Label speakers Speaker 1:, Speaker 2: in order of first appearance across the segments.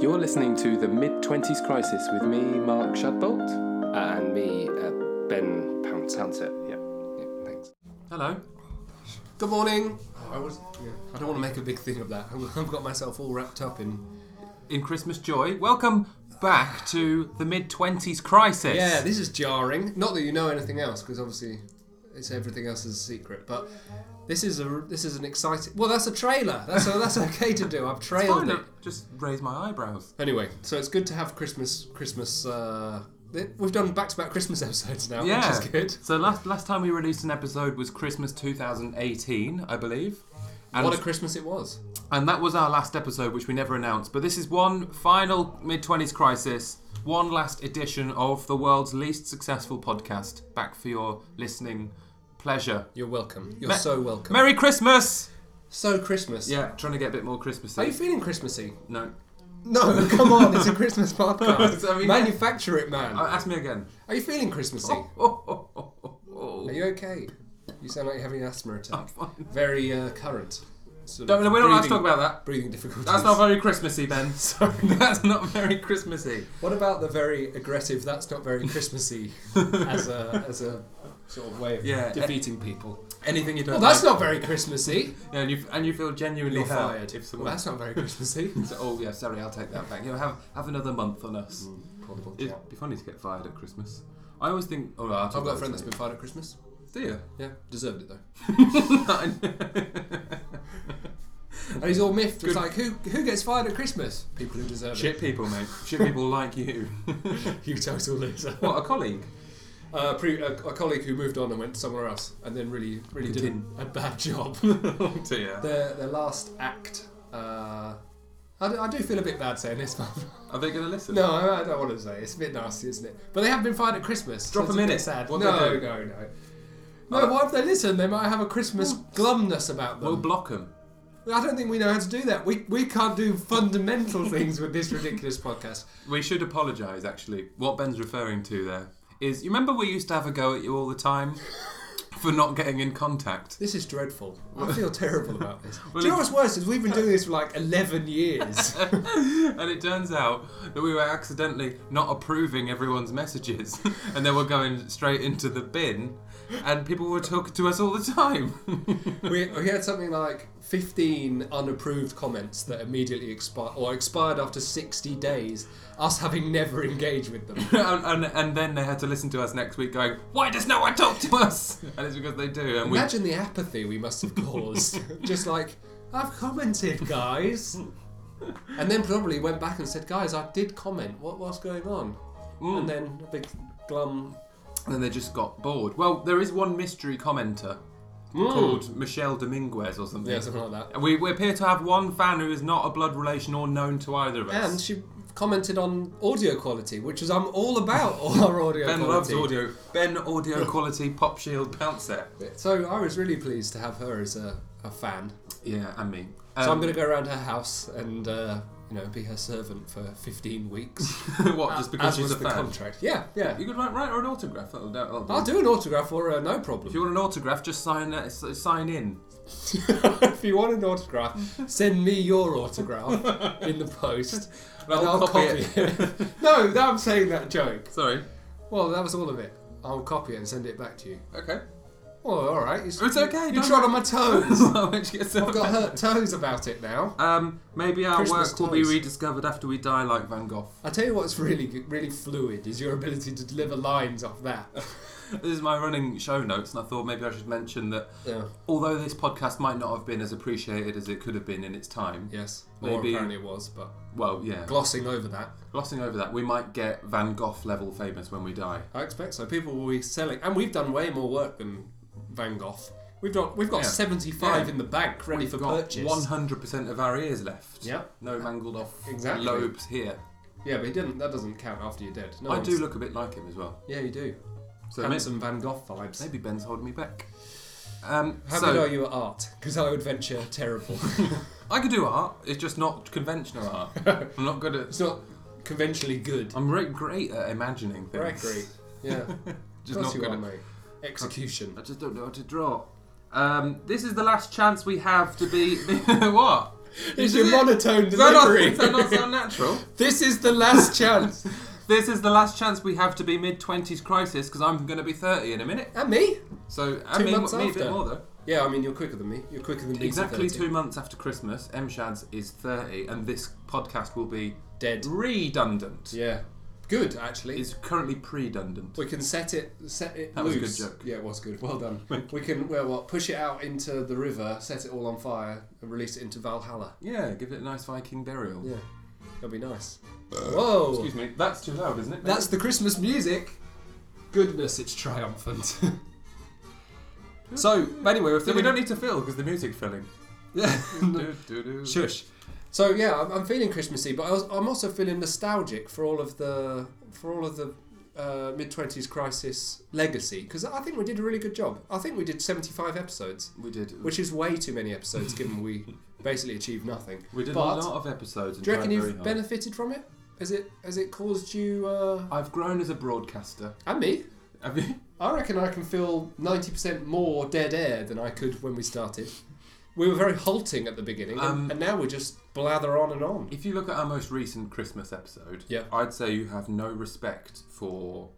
Speaker 1: You're listening to the Mid 20s Crisis with me, Mark Shadbolt.
Speaker 2: Uh, and me, uh, Ben Pound Sunset.
Speaker 1: Yeah.
Speaker 2: Yeah, thanks.
Speaker 3: Hello. Good morning. I was. Yeah, I don't want to make a big thing of that. I've got myself all wrapped up in.
Speaker 4: in Christmas Joy. Welcome back to the mid 20s crisis.
Speaker 3: Yeah, this is jarring. Not that you know anything else, because obviously, it's everything else is a secret. But this is a this is an exciting. Well, that's a trailer. That's a, that's okay to do. I've
Speaker 4: It's fine,
Speaker 3: trailed it.
Speaker 4: I Just raise my eyebrows.
Speaker 3: Anyway, so it's good to have Christmas Christmas. Uh, th- we've done back to back Christmas episodes now,
Speaker 4: Yeah.
Speaker 3: Oh, which is good.
Speaker 4: So last last time we released an episode was Christmas 2018, I believe. And,
Speaker 3: What a Christmas it was.
Speaker 4: and that was our last episode, which we never announced. But this is one final mid 20s crisis, one last edition of the world's least successful podcast, back for your listening pleasure.
Speaker 3: You're welcome. You're
Speaker 4: Me-
Speaker 3: so welcome.
Speaker 4: Merry Christmas!
Speaker 3: so Christmas.
Speaker 4: Yeah, trying to get a bit more
Speaker 3: Are you
Speaker 4: Christmassy.
Speaker 3: feeling Christmassy?
Speaker 4: No.
Speaker 3: No, come on, it's a Christmas podcast.
Speaker 4: I mean-
Speaker 3: Manufacture it, man.
Speaker 4: Oh, ask me again.
Speaker 3: Are you feeling Christmassy?
Speaker 4: Oh.
Speaker 3: Are you okay? You sound like you're having an asthma attack. Very uh, current. Sort
Speaker 4: Don't,
Speaker 3: of
Speaker 4: no, we're not allowed to
Speaker 3: breathing-
Speaker 4: talk about that.
Speaker 3: breathing difficulties.
Speaker 4: That's not very Christmassy, Ben. Sorry. That's not very Christmassy.
Speaker 3: what about the very aggressive? That's not very Christmassy as a as a sort of way of
Speaker 4: Yeah.
Speaker 3: defeating people.
Speaker 4: Anything you don't
Speaker 3: Well, that's not very Christmassy.
Speaker 4: Yeah, and, you, and you feel genuinely
Speaker 3: You're
Speaker 4: hurt
Speaker 3: fired.
Speaker 4: if
Speaker 3: Well,
Speaker 4: someone...
Speaker 3: that's not very Christmassy.
Speaker 4: So- oh, yeah, sorry, I'll take that back. You know, have, have another month on us.
Speaker 3: Portable chat.
Speaker 4: It'd be funny to get fired at Christmas. I always think... Oh, no, I'll talk
Speaker 3: I've got a
Speaker 4: about
Speaker 3: friend
Speaker 4: it
Speaker 3: that's been fired at Christmas.
Speaker 4: later.
Speaker 3: Yeah, deserved it though.
Speaker 4: Do you?
Speaker 3: And he's all miffed.
Speaker 4: Good.
Speaker 3: It's like who who gets fired at Christmas? People who deserve
Speaker 4: Shit people, mate. Shit people like you.
Speaker 3: it. You total loser.
Speaker 4: What, a colleague?
Speaker 3: Uh, pre- a, a colleague who moved on and went somewhere else, and then really, really did
Speaker 4: Didn't.
Speaker 3: a, a bad job.
Speaker 4: Oh, dear.
Speaker 3: their their last act. Uh, I, do, I do feel a bit bad saying this, but
Speaker 4: Are they going to listen?
Speaker 3: no, I, I don't want to say. it. It's a bit nasty, isn't it? But they have been fired at Christmas.
Speaker 4: Drop
Speaker 3: so it's
Speaker 4: them in
Speaker 3: bit
Speaker 4: it.
Speaker 3: Sad.
Speaker 4: What'd
Speaker 3: no,
Speaker 4: they do?
Speaker 3: no, no. No, why if they listen? They might have a Christmas glumness about them.
Speaker 4: We'll block them.
Speaker 3: I don't think we know how to do that. We, we can't do fundamental things with this ridiculous podcast.
Speaker 4: We should apologise, actually. What Ben's referring to there is you remember we used to have a go at you all the time for not getting in contact?
Speaker 3: This is dreadful. I feel terrible about this.
Speaker 4: Well,
Speaker 3: do you
Speaker 4: it-
Speaker 3: know what's worse? Is we've been doing this for like 11 years.
Speaker 4: And it turns out that we were accidentally not approving everyone's messages and they were going straight into the bin and people were talking to us all the time.
Speaker 3: we, we had something like 15 unapproved comments that immediately expired or expired after 60 days us having never engaged with them
Speaker 4: and, and, and then they had to listen to us next week going, Why does no one talk to us? And it's because they do. And we,
Speaker 3: imagine the apathy we must have caused just like i've commented guys and then probably went back and said guys i did comment what what's going on
Speaker 4: Mm.
Speaker 3: and then a big glum
Speaker 4: and then they just got bored. Well, there is one mystery commenter
Speaker 3: Hmm.
Speaker 4: called Michelle Dominguez or something.
Speaker 3: yeah something like that
Speaker 4: We, we appear to have one fan who is not a blood relation or known to either of us.
Speaker 3: and she commented on audio quality which is i'm all about our audio
Speaker 4: ben
Speaker 3: quality
Speaker 4: loves audio. Ben audio quality pop shield bouncer.
Speaker 3: so i was really pleased to have her as a, a fan
Speaker 4: Yeah, and me.
Speaker 3: So I'm going to go around her house and uh, you know be her servant for 15 weeks.
Speaker 4: gonna what just because
Speaker 3: as
Speaker 4: she's
Speaker 3: was
Speaker 4: a
Speaker 3: the
Speaker 4: fan.
Speaker 3: contract. Yeah, yeah.
Speaker 4: You could write, write her an autograph. That'll, that'll do.
Speaker 3: I'll do an autograph for her, no
Speaker 4: If
Speaker 3: problem.
Speaker 4: you want an autograph, just sign uh, s- sign in.
Speaker 3: if you want an autograph, send me your autograph in the post, and
Speaker 4: I'll
Speaker 3: I'll
Speaker 4: copy
Speaker 3: copy, it. no, that- I'm saying that joke.
Speaker 4: Sorry.
Speaker 3: Well, that was all of it. I'll copy it and send it back to you.
Speaker 4: Okay.
Speaker 3: Well, all right. It's,
Speaker 4: okay,
Speaker 3: You
Speaker 4: don't-
Speaker 3: trod on my toes.
Speaker 4: Which gets
Speaker 3: I've got hurt toes about it now.
Speaker 4: um, maybe our
Speaker 3: Christmas
Speaker 4: work will be
Speaker 3: toys.
Speaker 4: rediscovered after we die, like Van Gogh.
Speaker 3: I tell you what's really g- really fluid is your ability to deliver lines off that.
Speaker 4: This is my running show notes, and I thought maybe I should mention that
Speaker 3: Yeah.
Speaker 4: although this podcast might not have been as appreciated as it could have been in its time,
Speaker 3: Yes. Or
Speaker 4: Maybe-
Speaker 3: apparently it was, but
Speaker 4: well, yeah,
Speaker 3: glossing over that.
Speaker 4: Glossing over that, we might get Van Gogh level famous when we die.
Speaker 3: I expect so. People will be selling, and we've done way more work than Van Gogh. We've got we've got
Speaker 4: Yeah.
Speaker 3: 75
Speaker 4: Yeah.
Speaker 3: in the bank ready for
Speaker 4: We've got
Speaker 3: purchase.
Speaker 4: 100% of our ears left.
Speaker 3: Yep.
Speaker 4: No mangled off
Speaker 3: Exactly.
Speaker 4: lobes here.
Speaker 3: Yeah, but he didn't. That doesn't count after you're dead. No
Speaker 4: I do
Speaker 3: one's-
Speaker 4: look a bit like him as well.
Speaker 3: Yeah, you do.
Speaker 4: So may-
Speaker 3: Handsome Van Gogh vibes.
Speaker 4: maybe Ben's holding me back. Um,
Speaker 3: How
Speaker 4: so
Speaker 3: good are you at art? Because I would venture terrible.
Speaker 4: I could do art. It's just not conventional art. I'm not good at.
Speaker 3: it's not conventionally good.
Speaker 4: I'm re- great at imagining things.
Speaker 3: Right, great. Yeah,
Speaker 4: Just
Speaker 3: of
Speaker 4: not
Speaker 3: course you
Speaker 4: good
Speaker 3: are,
Speaker 4: at
Speaker 3: mate. Execution.
Speaker 4: I just don't know how to draw. Um, this is the last chance we have to be. what?
Speaker 3: It's
Speaker 4: Is
Speaker 3: your
Speaker 4: it?
Speaker 3: monotone
Speaker 4: Does that, not,
Speaker 3: delivery.
Speaker 4: does that not sound natural?
Speaker 3: this is the last chance.
Speaker 4: This is the last chance we have to be mid 20s crisis because I'm going to be 30 in a minute.
Speaker 3: And me?
Speaker 4: So, I
Speaker 3: Two
Speaker 4: mean,
Speaker 3: months
Speaker 4: me a bit
Speaker 3: after.
Speaker 4: more though.
Speaker 3: Yeah, I mean, you're quicker than me. You're quicker than me.
Speaker 4: Exactly two months after Christmas, M Shads is 30, and this podcast will be
Speaker 3: Dead.
Speaker 4: redundant.
Speaker 3: Yeah. Good, actually.
Speaker 4: It's currently predundant.
Speaker 3: we can set it set it
Speaker 4: That was a
Speaker 3: loose.
Speaker 4: good joke.
Speaker 3: Yeah, it was good. Well done. we can well what push it out into the river, set it all on fire, and release it into Valhalla.
Speaker 4: Yeah, give it a nice Viking burial.
Speaker 3: Yeah. That'd be nice. Whoa.
Speaker 4: Excuse me, that's too loud, isn't it?
Speaker 3: That's the Christmas music. Goodness, it's triumphant. so anyway, we're
Speaker 4: so we
Speaker 3: feeling-
Speaker 4: don't need to fill because the music's filling.
Speaker 3: Yeah.
Speaker 4: Do, do, do.
Speaker 3: Shush. So yeah, I'm, I'm feeling Christmassy, but I was, I'm also feeling nostalgic for all of the for all of the uh, mid twenties crisis legacy because I think we did a really good job. I think we did 75 episodes,
Speaker 4: We did.
Speaker 3: which is way too many episodes given we basically achieved nothing.
Speaker 4: we did
Speaker 3: but-
Speaker 4: a lot of episodes. And
Speaker 3: Do you reckon
Speaker 4: tried very
Speaker 3: you've
Speaker 4: hard.
Speaker 3: benefited from it? Has it has it caused you uh,
Speaker 4: I've grown as a broadcaster.
Speaker 3: and me?
Speaker 4: Have you?
Speaker 3: I reckon I can feel 90% more dead air than I could when we started. We were very halting at the beginning, and-
Speaker 4: Um,
Speaker 3: and now we just blather on and on.
Speaker 4: If you look at our most recent Christmas episode,
Speaker 3: Yeah.
Speaker 4: I'd say you have no respect for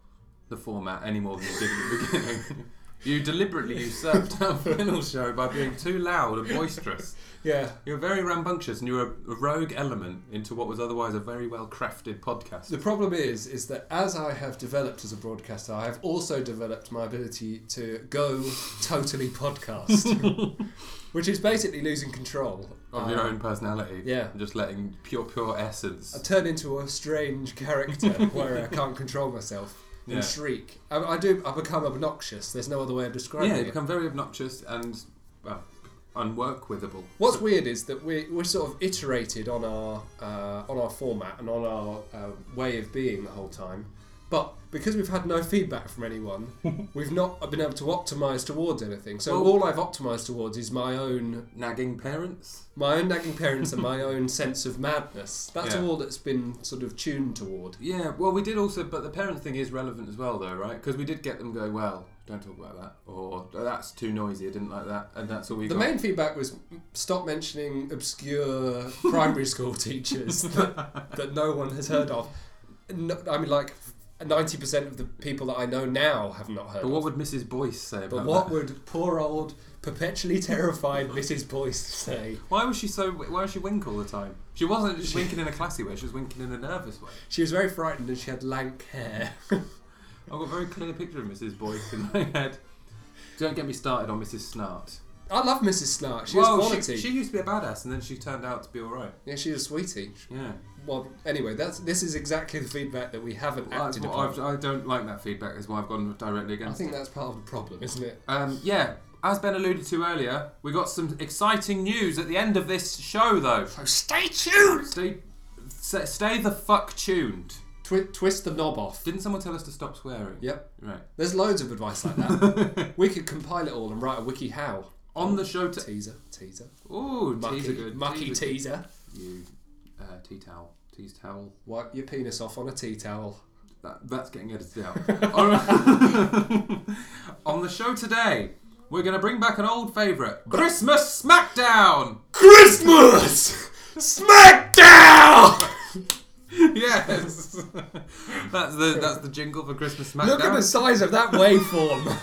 Speaker 4: the format any more than you did at the beginning. You deliberately usurped our final show by being too loud and boisterous.
Speaker 3: Yeah.
Speaker 4: You were very rambunctious and you were a rogue element into what was otherwise a very well crafted podcast.
Speaker 3: The problem is, is that as I have developed as a broadcaster, I have also developed my ability to go totally podcast, which is basically losing control
Speaker 4: Of
Speaker 3: Uh,
Speaker 4: your own personality.
Speaker 3: yeah.
Speaker 4: Just letting pure, pure essence.
Speaker 3: I turn into a strange character where I can't control myself and
Speaker 4: Yeah.
Speaker 3: shriek. I, I do. I become obnoxious. There's no other way of describing
Speaker 4: yeah, you
Speaker 3: it.
Speaker 4: become very obnoxious and, well, unwork withable.
Speaker 3: What's weird is that we we sort of iterated on our uh, on our format and on our uh, way of being the whole time, but because we've had no feedback from anyone, we've not been able to optimize towards anything. So
Speaker 4: Well-
Speaker 3: all I've optimized towards is my own
Speaker 4: Nagging parents?
Speaker 3: my own nagging parents and my own sense of madness. That's
Speaker 4: Yeah.
Speaker 3: all that's been sort of tuned toward.
Speaker 4: Yeah, well, we did also, but the parents thing is relevant as well, though, right? Because we did get them going, well, don't talk about that, or "Oh, that's too noisy, I didn't like that, and that's all we
Speaker 3: The
Speaker 4: got.
Speaker 3: main feedback was stop mentioning obscure primary school teachers that, that no one has heard of. No, I mean, like ninety percent of the people that I know now have not heard.
Speaker 4: but what
Speaker 3: of.
Speaker 4: would Mrs. Boyce say about
Speaker 3: but what
Speaker 4: that?
Speaker 3: would poor old perpetually terrified Mrs. Boyce say?
Speaker 4: Why was she so? Why was she wink all the time? She wasn't just winking in a classy way; she was winking in a nervous way.
Speaker 3: She was very frightened and she had lank hair.
Speaker 4: I've got a very clear picture of Mrs. Boyce in my head. Don't get me started on Mrs. Snart.
Speaker 3: I love Mrs. Snark. She
Speaker 4: Well,
Speaker 3: was quality.
Speaker 4: She, she used to be a badass, and then she turned out to be all right.
Speaker 3: yeah, she was a sweetie.
Speaker 4: Yeah,
Speaker 3: Well, anyway, that's this is exactly the feedback that we haven't
Speaker 4: I,
Speaker 3: acted
Speaker 4: well,
Speaker 3: upon.
Speaker 4: I've, I don't like that feedback. Is why I've gone directly
Speaker 3: I
Speaker 4: against.
Speaker 3: think that's part of the problem, isn't it?
Speaker 4: Um, yeah, as Ben alluded to earlier, we got some exciting news at the end of this show, though.
Speaker 3: So stay tuned.
Speaker 4: Stay, s- stay the fuck tuned.
Speaker 3: Twi- twist the knob off.
Speaker 4: Didn't someone tell us to stop swearing?
Speaker 3: Yep.
Speaker 4: Right.
Speaker 3: There's loads of advice like that. we could compile it all and write a wiki how.
Speaker 4: On the show, to
Speaker 3: Teaser, teaser,
Speaker 4: ooh,
Speaker 3: mucky,
Speaker 4: teaser good,
Speaker 3: mucky
Speaker 4: teaser good.
Speaker 3: teaser.
Speaker 4: You, uh, tea towel, tea towel.
Speaker 3: Wipe your penis off on a tea towel.
Speaker 4: That, that's getting edited out. All right. On the show today, we're going to bring back an old favourite, Christmas Smackdown.
Speaker 3: Christmas SmackDown.
Speaker 4: Yes, that's the that's the jingle for Christmas Smackdown.
Speaker 3: Look at the size of that waveform.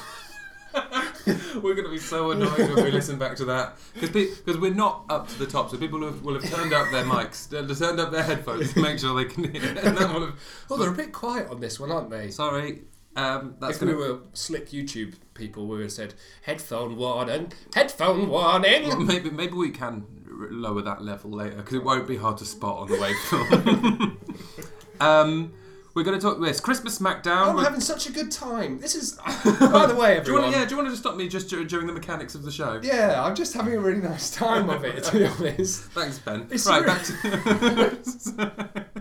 Speaker 4: We're going to be so annoyed when we listen back to that because we're not up to the top, so people will have, will have turned up their mics, they'll have turned up their headphones to make sure they can hear. And that will have,
Speaker 3: oh, they're a bit quiet on this one, aren't they?
Speaker 4: sorry, um, that's
Speaker 3: If we
Speaker 4: going
Speaker 3: were slick YouTube people, we would have said headphone warning, headphone warning.
Speaker 4: to maybe maybe we can r- lower that level later because it won't be hard to spot on the waveform. um, we're going to talk. It's Christmas SmackDown.
Speaker 3: Oh, I'm having such a good time. This is, by the way,
Speaker 4: do you
Speaker 3: everyone.
Speaker 4: want to? Yeah, do you want to just stop me just dur- during the mechanics of the show?
Speaker 3: Yeah, I'm just having a really nice time of it, to be honest.
Speaker 4: Thanks, Ben.
Speaker 3: It's
Speaker 4: right,
Speaker 3: re-
Speaker 4: back to.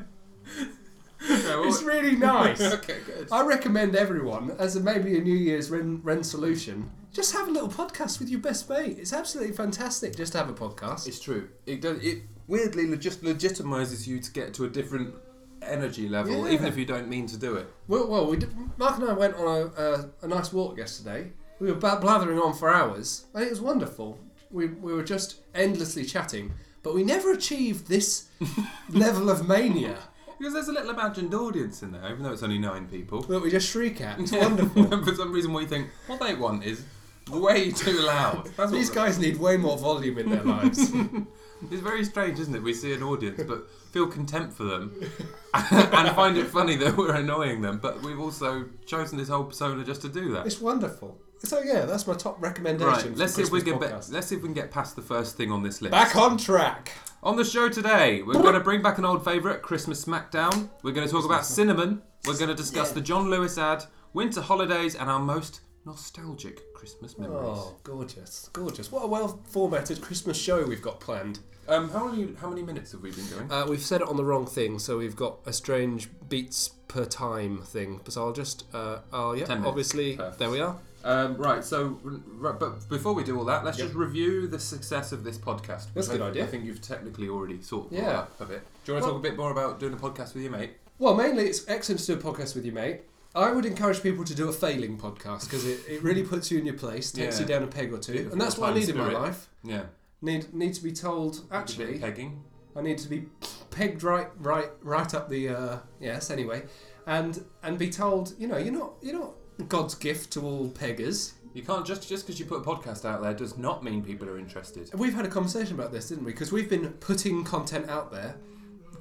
Speaker 4: Yeah, well-
Speaker 3: It's really nice.
Speaker 4: okay, good.
Speaker 3: I recommend everyone, as a, maybe a New Year's Ren, Ren solution, just have a little podcast with your best mate. It's absolutely fantastic just to have a podcast.
Speaker 4: It's true. It does. It weirdly le- just legitimizes you to get to a different energy level,
Speaker 3: Yeah.
Speaker 4: even if you don't mean to do it.
Speaker 3: well, well we did, Mark and I went on a, a, a nice walk yesterday. We were ba- blathering on for hours, and it was wonderful. We, we were just endlessly chatting. but we never achieved this level of mania
Speaker 4: Because there's a little imagined audience in there, even though it's only nine people.
Speaker 3: that we just shriek at. It's wonderful.
Speaker 4: For some reason, we think what they want is way too loud. That's what
Speaker 3: These
Speaker 4: we-
Speaker 3: guys need way more volume in their lives.
Speaker 4: It's very strange, isn't it? We see an audience, but feel contempt for them, and find it funny that we're annoying them. But we've also chosen this whole persona just to do that.
Speaker 3: it's wonderful. So yeah, that's my top recommendation.
Speaker 4: Right.
Speaker 3: for
Speaker 4: Let's see if we
Speaker 3: Christmas
Speaker 4: can. Be-
Speaker 3: podcast.
Speaker 4: let's see if we can get past the first thing on this list.
Speaker 3: Back on track.
Speaker 4: On the show today, we're going to bring back an old favourite, Christmas Smackdown. We're going to talk about cinnamon. We're going to discuss the John Lewis ad, winter holidays, and our most nostalgic Christmas memories.
Speaker 3: Oh, gorgeous, gorgeous! What a well-formatted Christmas show we've got planned.
Speaker 4: Um, how many how many minutes have we been going?
Speaker 3: Uh, we've said it on the wrong thing, so we've got a strange beats per time thing. So I'll just, uh, oh yeah,
Speaker 4: Ten minutes.
Speaker 3: obviously
Speaker 4: Perfect.
Speaker 3: there we are.
Speaker 4: Um, right. So, r- but before we do all that, let's
Speaker 3: Yep.
Speaker 4: just review the success of this podcast.
Speaker 3: That's a
Speaker 4: which
Speaker 3: good
Speaker 4: I-
Speaker 3: idea.
Speaker 4: I think you've technically already sort of
Speaker 3: Yeah.
Speaker 4: yeah. a bit. Do you want to
Speaker 3: Well-
Speaker 4: talk a bit more about doing a podcast with your mate?
Speaker 3: Well, mainly it's excellent to do a podcast with you, mate. I would encourage people to do a failing podcast because it, it really puts you in your place, takes
Speaker 4: Yeah.
Speaker 3: you down a peg or two,
Speaker 4: Bit of
Speaker 3: and that's what I
Speaker 4: time
Speaker 3: need in my
Speaker 4: spirit.
Speaker 3: life.
Speaker 4: Yeah.
Speaker 3: Need need to be told
Speaker 4: A bit
Speaker 3: actually.
Speaker 4: of pegging.
Speaker 3: I need to be pegged right, right, right up the uh, yes. Anyway, and and be told, you know, you're not you're not God's gift to all peggers.
Speaker 4: You can't just just because you put a podcast out there does not mean people are interested.
Speaker 3: We've had a conversation about this, didn't we? Because we've been putting content out there.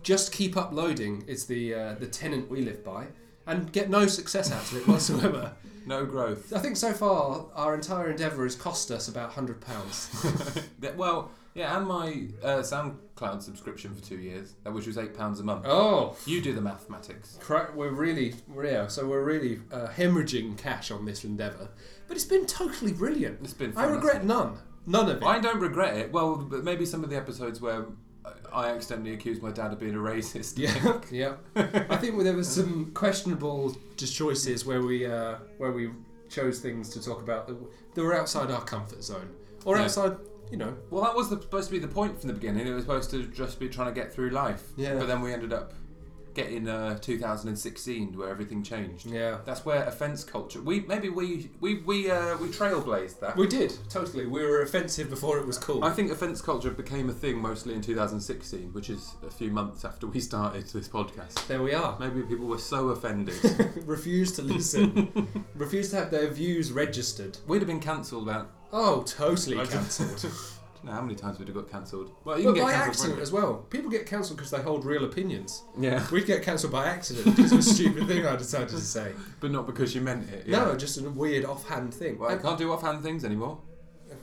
Speaker 3: Just keep uploading is the uh, the tenant we live by, and get no success out of it whatsoever.
Speaker 4: No growth.
Speaker 3: I think so far our entire endeavour has cost us about hundred pounds.
Speaker 4: That- well, yeah, and my uh, SoundCloud subscription for two years, uh, which was eight pounds a month.
Speaker 3: Oh,
Speaker 4: You do the mathematics.
Speaker 3: Correct. We're really, yeah. So we're really uh, hemorrhaging cash on this endeavour, but it's been totally brilliant.
Speaker 4: It's been
Speaker 3: I
Speaker 4: fun,
Speaker 3: regret none. None of it.
Speaker 4: I don't regret it. Well, but maybe some of the episodes where I accidentally accused my dad of being a racist.
Speaker 3: yeah, yeah. I think there was some questionable just choices where we uh, where we chose things to talk about that, w- that were outside our comfort zone or
Speaker 4: Yeah.
Speaker 3: outside, you know.
Speaker 4: Well, that was the, supposed to be the point from the beginning. It was supposed to just be trying to get through life.
Speaker 3: Yeah.
Speaker 4: But then we ended up getting uh, 2016, where everything changed.
Speaker 3: Yeah,
Speaker 4: That's where offence culture. We maybe we we we uh, we trailblazed that.
Speaker 3: we did totally. We were offensive before it was cool.
Speaker 4: I think offence culture became a thing mostly in 2016, which is a few months after we started this podcast.
Speaker 3: there we are.
Speaker 4: Maybe people were so offended.
Speaker 3: Refuse to listen. Refuse to have their views registered.
Speaker 4: We'd have been cancelled about.
Speaker 3: Oh, totally
Speaker 4: I just-
Speaker 3: cancelled.
Speaker 4: I don't know how many times we'd have got cancelled. Well, you
Speaker 3: But
Speaker 4: can
Speaker 3: by
Speaker 4: get
Speaker 3: accident
Speaker 4: cancelled.
Speaker 3: as well. People get cancelled because they hold real opinions.
Speaker 4: for- Yeah,
Speaker 3: We'd get cancelled by accident because of a stupid thing I decided to say.
Speaker 4: but not because you meant it.
Speaker 3: No,
Speaker 4: Yeah.
Speaker 3: just a weird offhand thing.
Speaker 4: Well, I
Speaker 3: And-
Speaker 4: can't do offhand things anymore.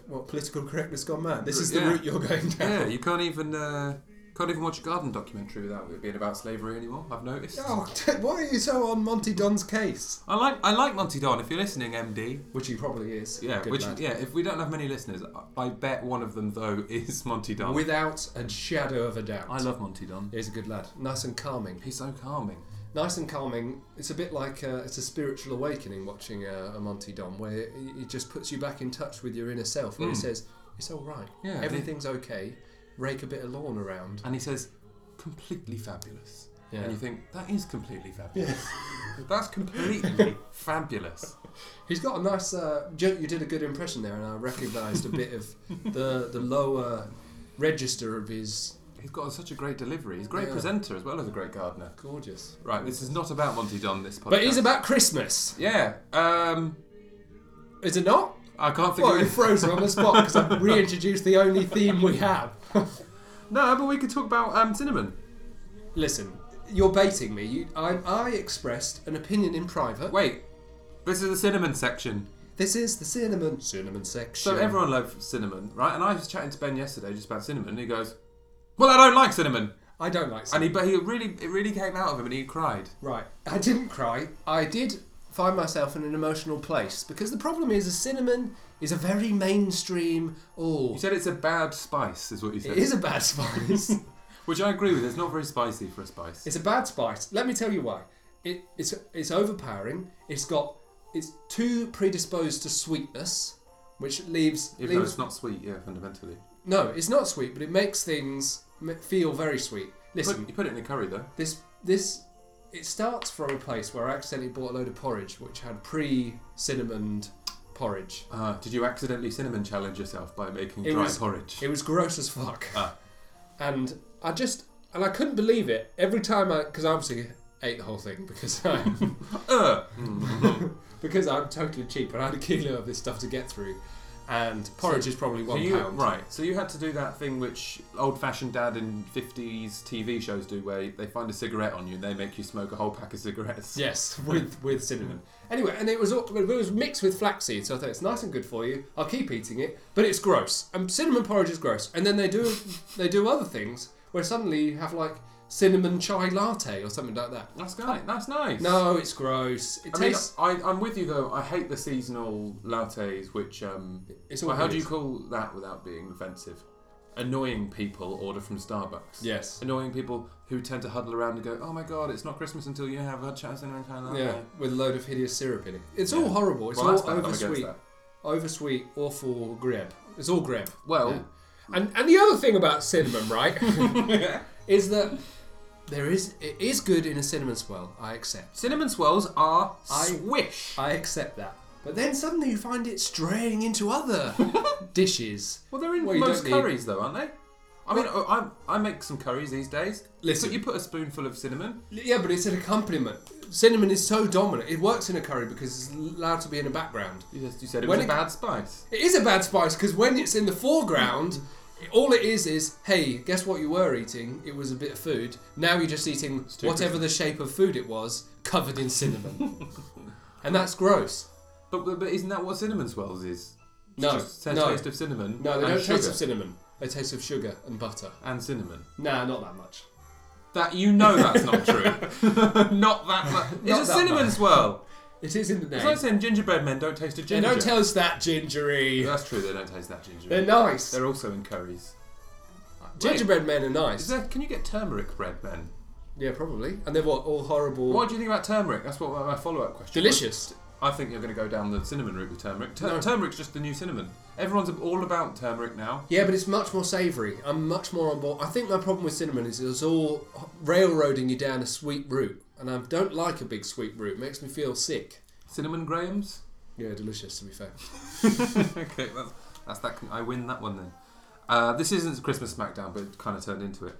Speaker 3: what political correctness gone mad? This is the
Speaker 4: Yeah.
Speaker 3: route you're going down.
Speaker 4: Yeah, you can't even uh, can't even watch a garden documentary without it being about slavery anymore. I've noticed.
Speaker 3: Oh, why are you so on Monty Don's case?
Speaker 4: I like I like Monty Don. If you're listening, MD.
Speaker 3: Which he probably is.
Speaker 4: Yeah,
Speaker 3: Good
Speaker 4: which
Speaker 3: lad.
Speaker 4: yeah, if we don't have many listeners, I- I bet one of them though is Monty Don.
Speaker 3: Without a shadow of a doubt.
Speaker 4: I love Monty Don.
Speaker 3: He's a good lad. Nice and calming.
Speaker 4: He's so calming.
Speaker 3: Nice and calming. It's a bit like uh it's a spiritual awakening watching uh, a Monty Don, where it, it just puts you back in touch with your inner self, where he says, "It's all right.
Speaker 4: Hmm. Yeah,
Speaker 3: Everything's okay. Rake a bit of lawn around."
Speaker 4: And he says, completely fabulous.
Speaker 3: Yeah.
Speaker 4: And you think that is completely fabulous. That's completely fabulous.
Speaker 3: He's got a nice. Uh, Jo- you did a good impression there, and I recognised a bit of the the lower register of his
Speaker 4: He's got such a great delivery. He's a great
Speaker 3: Yeah.
Speaker 4: presenter as well as a great gardener.
Speaker 3: gorgeous.
Speaker 4: Right, this is not about Monty Don. This podcast.
Speaker 3: But it is about Christmas,
Speaker 4: Yeah. Um.
Speaker 3: is it not?
Speaker 4: I can't think
Speaker 3: Well,
Speaker 4: of
Speaker 3: you
Speaker 4: any
Speaker 3: froze her on the spot because I've reintroduced the only theme we have.
Speaker 4: No, but we could talk about um, cinnamon.
Speaker 3: Listen, you're baiting me. You, I, I expressed an opinion in private.
Speaker 4: Wait, this is the cinnamon section.
Speaker 3: This is the cinnamon cinnamon section.
Speaker 4: So everyone loves cinnamon, right? And I was chatting to Ben yesterday just about cinnamon, and he goes, "Well, I don't like cinnamon."
Speaker 3: I don't like
Speaker 4: And
Speaker 3: cinnamon.
Speaker 4: he, but he really, it really came out of him, and he cried.
Speaker 3: Right. I didn't cry. I did find myself in an emotional place because the problem is, a cinnamon is a very mainstream. Oh,
Speaker 4: He said it's a bad spice, is what he said,
Speaker 3: It is a bad spice.
Speaker 4: which I agree with. It's not very spicy for a spice.
Speaker 3: it's a bad spice. Let me tell you why. It, it's it's overpowering. It's got it's too predisposed to sweetness, which leaves
Speaker 4: Even though
Speaker 3: leaves
Speaker 4: it's not sweet, yeah, fundamentally.
Speaker 3: no, it's not sweet, but it makes things m- feel very sweet. Listen,
Speaker 4: Put, you put it in a curry though.
Speaker 3: this this it starts from a place where I accidentally bought a load of porridge which had pre-cinnamoned porridge.
Speaker 4: Uh, did you accidentally cinnamon challenge yourself by making
Speaker 3: It
Speaker 4: dry
Speaker 3: was-
Speaker 4: porridge?
Speaker 3: It was gross as fuck.
Speaker 4: Ah.
Speaker 3: and I just and I couldn't believe it every time I because I obviously ate the whole thing because I
Speaker 4: Uh,
Speaker 3: because I'm totally cheap and I had a kilo of this stuff to get through, and porridge is probably
Speaker 4: so
Speaker 3: one
Speaker 4: you,
Speaker 3: pound.
Speaker 4: right. So you had to do that thing which old-fashioned dad in 50s TV shows do, where they find a cigarette on you and they make you smoke a whole pack of cigarettes.
Speaker 3: Yes, with with cinnamon. Anyway, and it was all, it was mixed with flaxseed, so I thought it's nice and good for you. I'll keep eating it, but it's gross. And cinnamon porridge is gross. And then they do they do other things where suddenly you have like cinnamon chai latte or something like that.
Speaker 4: That's nice. That's nice.
Speaker 3: No, it's gross. It
Speaker 4: I mean,
Speaker 3: tastes.
Speaker 4: I, I'm with you though. I hate the seasonal lattes, which um,
Speaker 3: It's all
Speaker 4: well, how
Speaker 3: good.
Speaker 4: do you call that without being offensive? Annoying people order from Starbucks.
Speaker 3: Yes.
Speaker 4: Annoying people who tend to huddle around and go, "Oh my God, it's not Christmas until you have a chance in a kind of
Speaker 3: Yeah, with a load of hideous syrup in it. It's all
Speaker 4: Yeah.
Speaker 3: horrible. It's
Speaker 4: well, that's
Speaker 3: all
Speaker 4: that. I'm
Speaker 3: over
Speaker 4: against
Speaker 3: sweet,
Speaker 4: that.
Speaker 3: over sweet, awful greb. It's all greb.
Speaker 4: Well,
Speaker 3: Yeah. And and the other thing about cinnamon, right, is that there is it is good in a cinnamon swirl. I accept.
Speaker 4: cinnamon swirls are
Speaker 3: I-
Speaker 4: swish.
Speaker 3: I accept that. But then suddenly you find it straying into other dishes.
Speaker 4: well, they're in
Speaker 3: Well, you
Speaker 4: most
Speaker 3: don't need-
Speaker 4: curries though, aren't they? I mean, I, I I make some curries these days.
Speaker 3: Listen.
Speaker 4: but you put a spoonful of cinnamon.
Speaker 3: Yeah, but it's an accompaniment. Cinnamon is so dominant. It works in a curry because it's allowed to be in the background.
Speaker 4: You, just, you said it
Speaker 3: When
Speaker 4: was
Speaker 3: it-
Speaker 4: a bad spice.
Speaker 3: It is a bad spice because when it's in the foreground, all it is is, hey, guess what you were eating? It was a bit of food. Now you're just eating
Speaker 4: too
Speaker 3: whatever the shape of food it was, covered in cinnamon. and that's gross.
Speaker 4: But, but but isn't that what cinnamon swirls is?
Speaker 3: No,
Speaker 4: Just says
Speaker 3: no.
Speaker 4: taste of cinnamon.
Speaker 3: No, they
Speaker 4: and
Speaker 3: don't
Speaker 4: sugar
Speaker 3: taste of cinnamon. They taste of sugar and butter.
Speaker 4: and cinnamon.
Speaker 3: Nah, not that much.
Speaker 4: That you know that's not true. not that much.
Speaker 3: Not
Speaker 4: It's a
Speaker 3: that
Speaker 4: cinnamon
Speaker 3: much.
Speaker 4: swirl.
Speaker 3: It is in the name.
Speaker 4: It's like saying gingerbread men don't taste a
Speaker 3: They
Speaker 4: ginger.
Speaker 3: don't tell us that, Gingery.
Speaker 4: That's true. They don't taste that ginger.
Speaker 3: They're nice.
Speaker 4: They're also in curries.
Speaker 3: Gingerbread men are
Speaker 4: Is
Speaker 3: nice.
Speaker 4: there, can you get turmeric bread then?
Speaker 3: Yeah, probably. And they're what, all horrible.
Speaker 4: What do you think about turmeric? That's what my follow-up question. was.
Speaker 3: Delicious.
Speaker 4: I think you're going to go down the cinnamon route with turmeric. Tur-
Speaker 3: No.
Speaker 4: Turmeric's just the new cinnamon. Everyone's all about turmeric now.
Speaker 3: Yeah, but it's much more savoury. I'm much more on board. I think my problem with cinnamon is it's all railroading you down a sweet route. And I don't like a big sweet route. It makes me feel sick.
Speaker 4: Cinnamon grahams.
Speaker 3: Yeah, delicious, to be fair.
Speaker 4: okay, that's, that's that. I win that one then. Uh, this isn't Christmas SmackDown, but it kind of turned into it.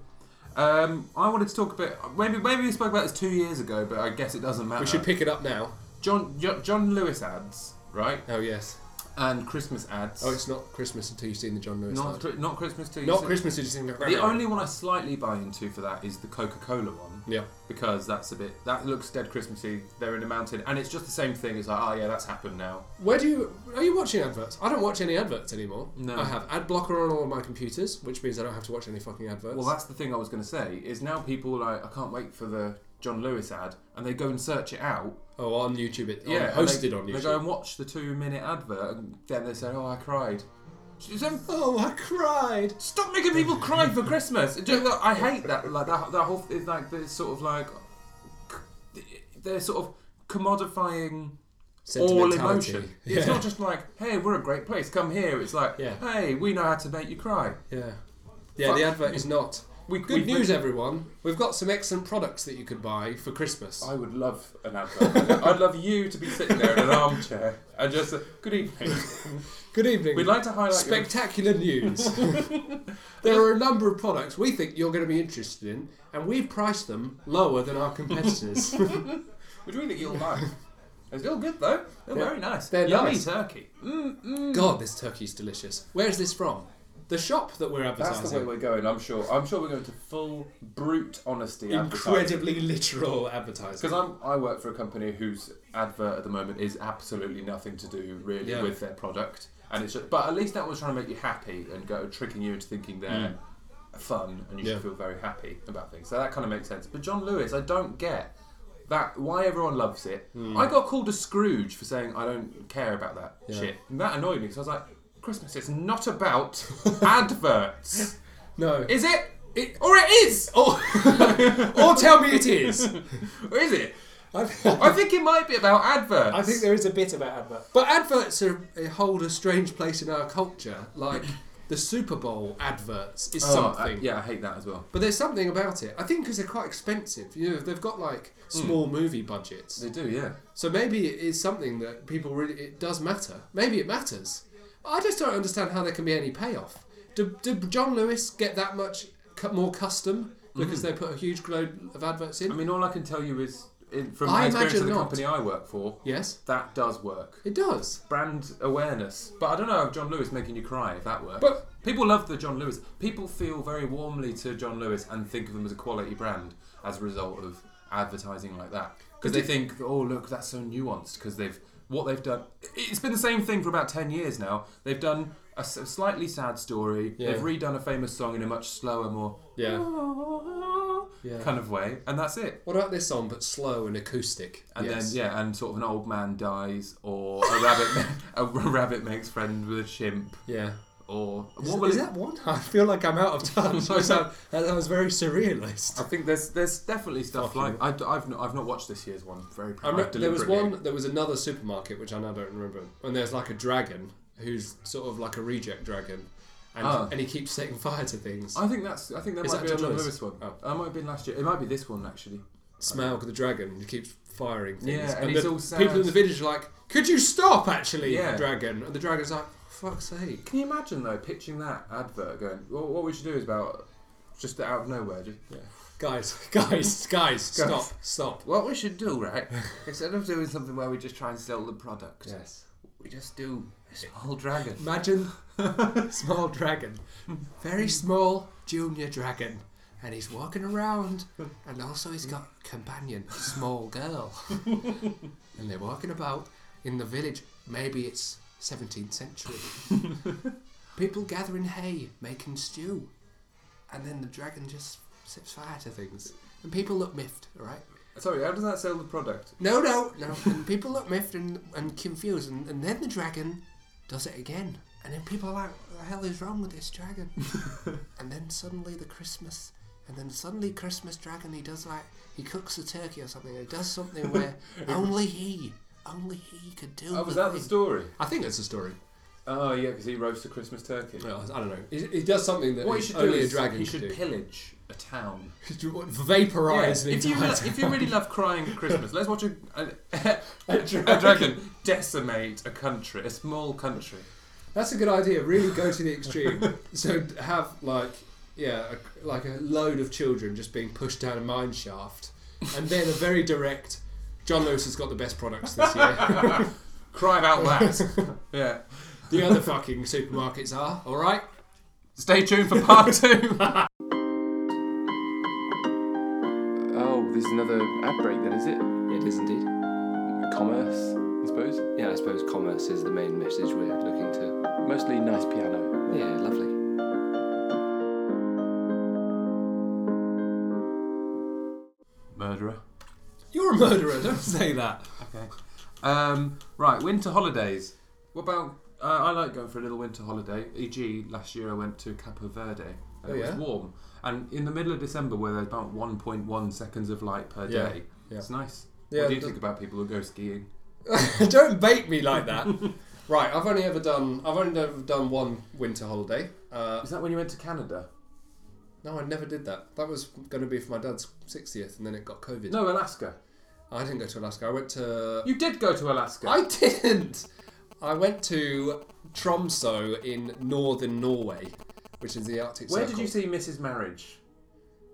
Speaker 4: Um, I wanted to talk a bit. Maybe maybe we spoke about this two years ago, but I guess it doesn't matter.
Speaker 3: We should pick it up now.
Speaker 4: John Jo- John Lewis ads, right?
Speaker 3: Oh, yes.
Speaker 4: And Christmas ads.
Speaker 3: Oh, it's not Christmas until you've seen the John Lewis.
Speaker 4: not
Speaker 3: Not,
Speaker 4: Chri- not Christmas too.
Speaker 3: not Christmas until you've seen the.
Speaker 4: The only one I slightly buy into for that is the Coca Cola one
Speaker 3: Yeah.
Speaker 4: because that's a bit that looks dead Christmassy. They're in a mountain, and it's just the same thing. It's like, oh yeah, that's happened now.
Speaker 3: Where do you are you watching adverts? I don't watch any adverts anymore.
Speaker 4: No.
Speaker 3: I have ad blocker on all of my computers, which means I don't have to watch any fucking adverts.
Speaker 4: Well, that's the thing I was going to say is now people are like I can't wait for the John Lewis ad, and they go and search it out.
Speaker 3: oh, on YouTube, it
Speaker 4: Yeah,
Speaker 3: yeah,
Speaker 4: and
Speaker 3: hosted
Speaker 4: they,
Speaker 3: on
Speaker 4: They go
Speaker 3: YouTube.
Speaker 4: and watch the two-minute advert, and then they say, "Oh, I cried." It's um,
Speaker 3: Oh, I cried.
Speaker 4: Stop making people cry for Christmas. Do you know what? I hate that. Like that, that whole it's like this sort of like they're sort of commodifying all
Speaker 3: Sentimentality.
Speaker 4: emotion.
Speaker 3: Yeah.
Speaker 4: It's not just like, "Hey, we're a great place. Come here." It's like,
Speaker 3: Yeah.
Speaker 4: "Hey, we know how to make you cry."
Speaker 3: yeah, yeah.
Speaker 4: Fuck.
Speaker 3: The advert is not.
Speaker 4: We
Speaker 3: Good
Speaker 4: we've-
Speaker 3: news, everyone. We've got some excellent products that you could buy for Christmas.
Speaker 4: I would love an advert. I'd love you to be sitting there in an armchair and just uh, good evening.
Speaker 3: Good evening.
Speaker 4: We'd like to highlight your-
Speaker 3: Spectacular news. there are a number of products we think you're going to be interested in, and we've priced them lower than our competitors.
Speaker 4: which we think you'll like. It's all good though. They're
Speaker 3: Yeah.
Speaker 4: very nice.
Speaker 3: They're
Speaker 4: Yummy
Speaker 3: nice.
Speaker 4: turkey. Mm, mm.
Speaker 3: God, this turkey's delicious. Where's this from? The shop that we're
Speaker 4: That's
Speaker 3: advertising.
Speaker 4: the way we're going. I'm sure. I'm sure we're going to full brute honesty.
Speaker 3: Incredibly literal advertising.
Speaker 4: Because I'm, I work for a company whose advert at the moment is absolutely nothing to do really
Speaker 3: Yeah.
Speaker 4: with their product, and it's just, but at least that one's trying to make you happy and go tricking you into thinking they're fun and you
Speaker 3: Mm. Yeah.
Speaker 4: should feel very happy about things. So that kind of makes sense. But John Lewis, I don't get that why everyone loves it.
Speaker 3: Mm.
Speaker 4: I got called a Scrooge for saying I don't care about that
Speaker 3: Yeah.
Speaker 4: shit. And that annoyed me because I was like, Christmas is not about adverts,
Speaker 3: No.
Speaker 4: is it? It, or it is,
Speaker 3: or, or tell me it is.
Speaker 4: or is it?
Speaker 3: I
Speaker 4: I think it might be about adverts.
Speaker 3: think there is a bit about adverts. But adverts are, eh, hold a strange place in our culture. Like, the Super Bowl adverts is
Speaker 4: Oh,
Speaker 3: something.
Speaker 4: I- yeah, I hate that as well.
Speaker 3: But there's something about it. I think because they're quite expensive. You know, they've got like
Speaker 4: Hmm.
Speaker 3: small movie budgets.
Speaker 4: They do, yeah.
Speaker 3: So maybe it is something that people really it does matter. Maybe it matters. I just don't understand how there can be any payoff. Do, do John Lewis get that much cu- more custom because they put a huge load of adverts in.
Speaker 4: Hmm. I mean, all I can tell you is in, from
Speaker 3: I
Speaker 4: my experience of
Speaker 3: imagine
Speaker 4: the
Speaker 3: not.
Speaker 4: company I work for,
Speaker 3: yes,
Speaker 4: that does work.
Speaker 3: it does.
Speaker 4: Brand awareness. But I don't know if John Lewis making you cry if that works.
Speaker 3: But-
Speaker 4: people love the John Lewis. People feel very warmly to John Lewis and think of him as a quality brand as a result of advertising like that because they think, oh look, that's so nuanced because they've what they've done. It's been the same thing for about ten years now. They've done a s- a slightly sad story.
Speaker 3: Yeah.
Speaker 4: They've redone a famous song in a much slower, more
Speaker 3: Yeah. Yeah.
Speaker 4: kind of way, and that's it.
Speaker 3: What about this song, but slow and acoustic?
Speaker 4: And
Speaker 2: Yes.
Speaker 4: then yeah, and sort of an old man dies, or a rabbit a rabbit makes friends with a chimp,
Speaker 3: Yeah.
Speaker 4: or
Speaker 3: Is,
Speaker 4: what will
Speaker 3: is
Speaker 4: it-
Speaker 3: that one? I feel like I'm out of touch. I sound- that, that was very surrealist.
Speaker 4: I think there's there's definitely stuff
Speaker 3: Fucking-
Speaker 4: like I, have not, I've not watched this year's one very.
Speaker 3: I remember,
Speaker 4: I've
Speaker 3: there was
Speaker 4: deliberately-
Speaker 3: one. There was another supermarket which I now don't remember. And there's like a dragon who's sort of like a reject dragon, and
Speaker 4: Oh.
Speaker 3: and he keeps setting fire to things.
Speaker 4: I think that's I think that
Speaker 3: Is
Speaker 4: might
Speaker 3: that
Speaker 4: be a
Speaker 3: John
Speaker 4: John
Speaker 3: Lewis?
Speaker 4: Lewis one.
Speaker 3: Oh.
Speaker 4: That might have been last year. It might be this one actually.
Speaker 3: Smaug the dragon. He keeps firing things.
Speaker 4: Yeah, and he's
Speaker 3: the
Speaker 4: all sad.
Speaker 3: people in the village are like, "Could you stop, actually,
Speaker 4: Yeah.
Speaker 3: dragon?" And the dragon's like, "Fuck's sake."
Speaker 4: Can you imagine though pitching that advert going? Well, what we should do is about just out of nowhere. Just,
Speaker 3: Guys, guys, guys, stop, stop.
Speaker 4: what we should do, right? Instead of doing something where we just try and sell the product,
Speaker 3: Yes.
Speaker 4: we just do this whole dragon.
Speaker 3: Imagine small dragon, very small junior dragon, and he's walking around, and also he's got a companion, a small girl, and they're walking about in the village. Maybe it's 17th century. People gathering hay, making stew, and then the dragon just sets fire to things, and people look miffed. All right.
Speaker 4: Sorry, how does that sell the product?
Speaker 3: No, no, no. And people look miffed and, and confused, and, and then the dragon does it again. And then people are like, what the hell is wrong with this dragon? and then suddenly the Christmas, and then suddenly Christmas dragon, he does like, he cooks a turkey or something, he does something where only he, only he could do
Speaker 4: Oh, was that the
Speaker 3: thing.
Speaker 4: story?
Speaker 3: I think that's the story.
Speaker 4: Oh yeah, because he roasts a Christmas turkey.
Speaker 3: I don't know. He, he does something that
Speaker 4: What you
Speaker 3: is
Speaker 4: should do
Speaker 3: only
Speaker 4: is
Speaker 3: a dragon
Speaker 4: you
Speaker 3: could
Speaker 4: should
Speaker 3: do.
Speaker 4: pillage a town.
Speaker 3: Vaporize the
Speaker 4: if you
Speaker 3: entire
Speaker 4: lo- if you really love crying at Christmas, let's watch a a,
Speaker 3: A
Speaker 4: a
Speaker 3: dragon.
Speaker 4: dragon. decimate a country, a small country.
Speaker 3: That's a good idea. Really go to the extreme. so have like yeah, a, like a load of children just being pushed down a mine shaft, and then a very direct. John Lewis has got the best products this year.
Speaker 4: Cry out loud. yeah.
Speaker 3: the other fucking supermarkets are all right.
Speaker 4: Stay tuned for part two.
Speaker 1: Oh, there's another ad break then, is it?
Speaker 2: It is indeed.
Speaker 1: Commerce, I suppose.
Speaker 2: Yeah, I suppose commerce is the main message we're looking to.
Speaker 1: Mostly nice piano.
Speaker 2: Yeah, lovely.
Speaker 4: Murderer.
Speaker 3: You're a murderer. Don't say that.
Speaker 4: Okay. Um, right, winter holidays. What about? Uh, I like going for a little winter holiday. E.g., last year I went to Capo Verde and
Speaker 3: Oh,
Speaker 4: it
Speaker 3: yeah?
Speaker 4: was warm. And in the middle of December, where there's about 1.1 seconds of light per
Speaker 3: Yeah.
Speaker 4: day,
Speaker 3: Yeah.
Speaker 4: it's nice.
Speaker 3: Yeah,
Speaker 4: what do you
Speaker 3: it
Speaker 4: think about people who go skiing?
Speaker 3: Don't bait me like that. Right, I've only ever done I've only ever done one winter holiday. Uh,
Speaker 4: Is that when you went to Canada?
Speaker 3: no, I never did that. That was going to be for my dad's 60th, and then it got COVID.
Speaker 4: No, Alaska.
Speaker 3: I didn't go to Alaska. I went to
Speaker 4: You did go to Alaska.
Speaker 3: I didn't. I went to Tromsø in northern Norway, which is the Arctic
Speaker 4: Where
Speaker 3: Circle.
Speaker 4: did you see Mrs. Marriage?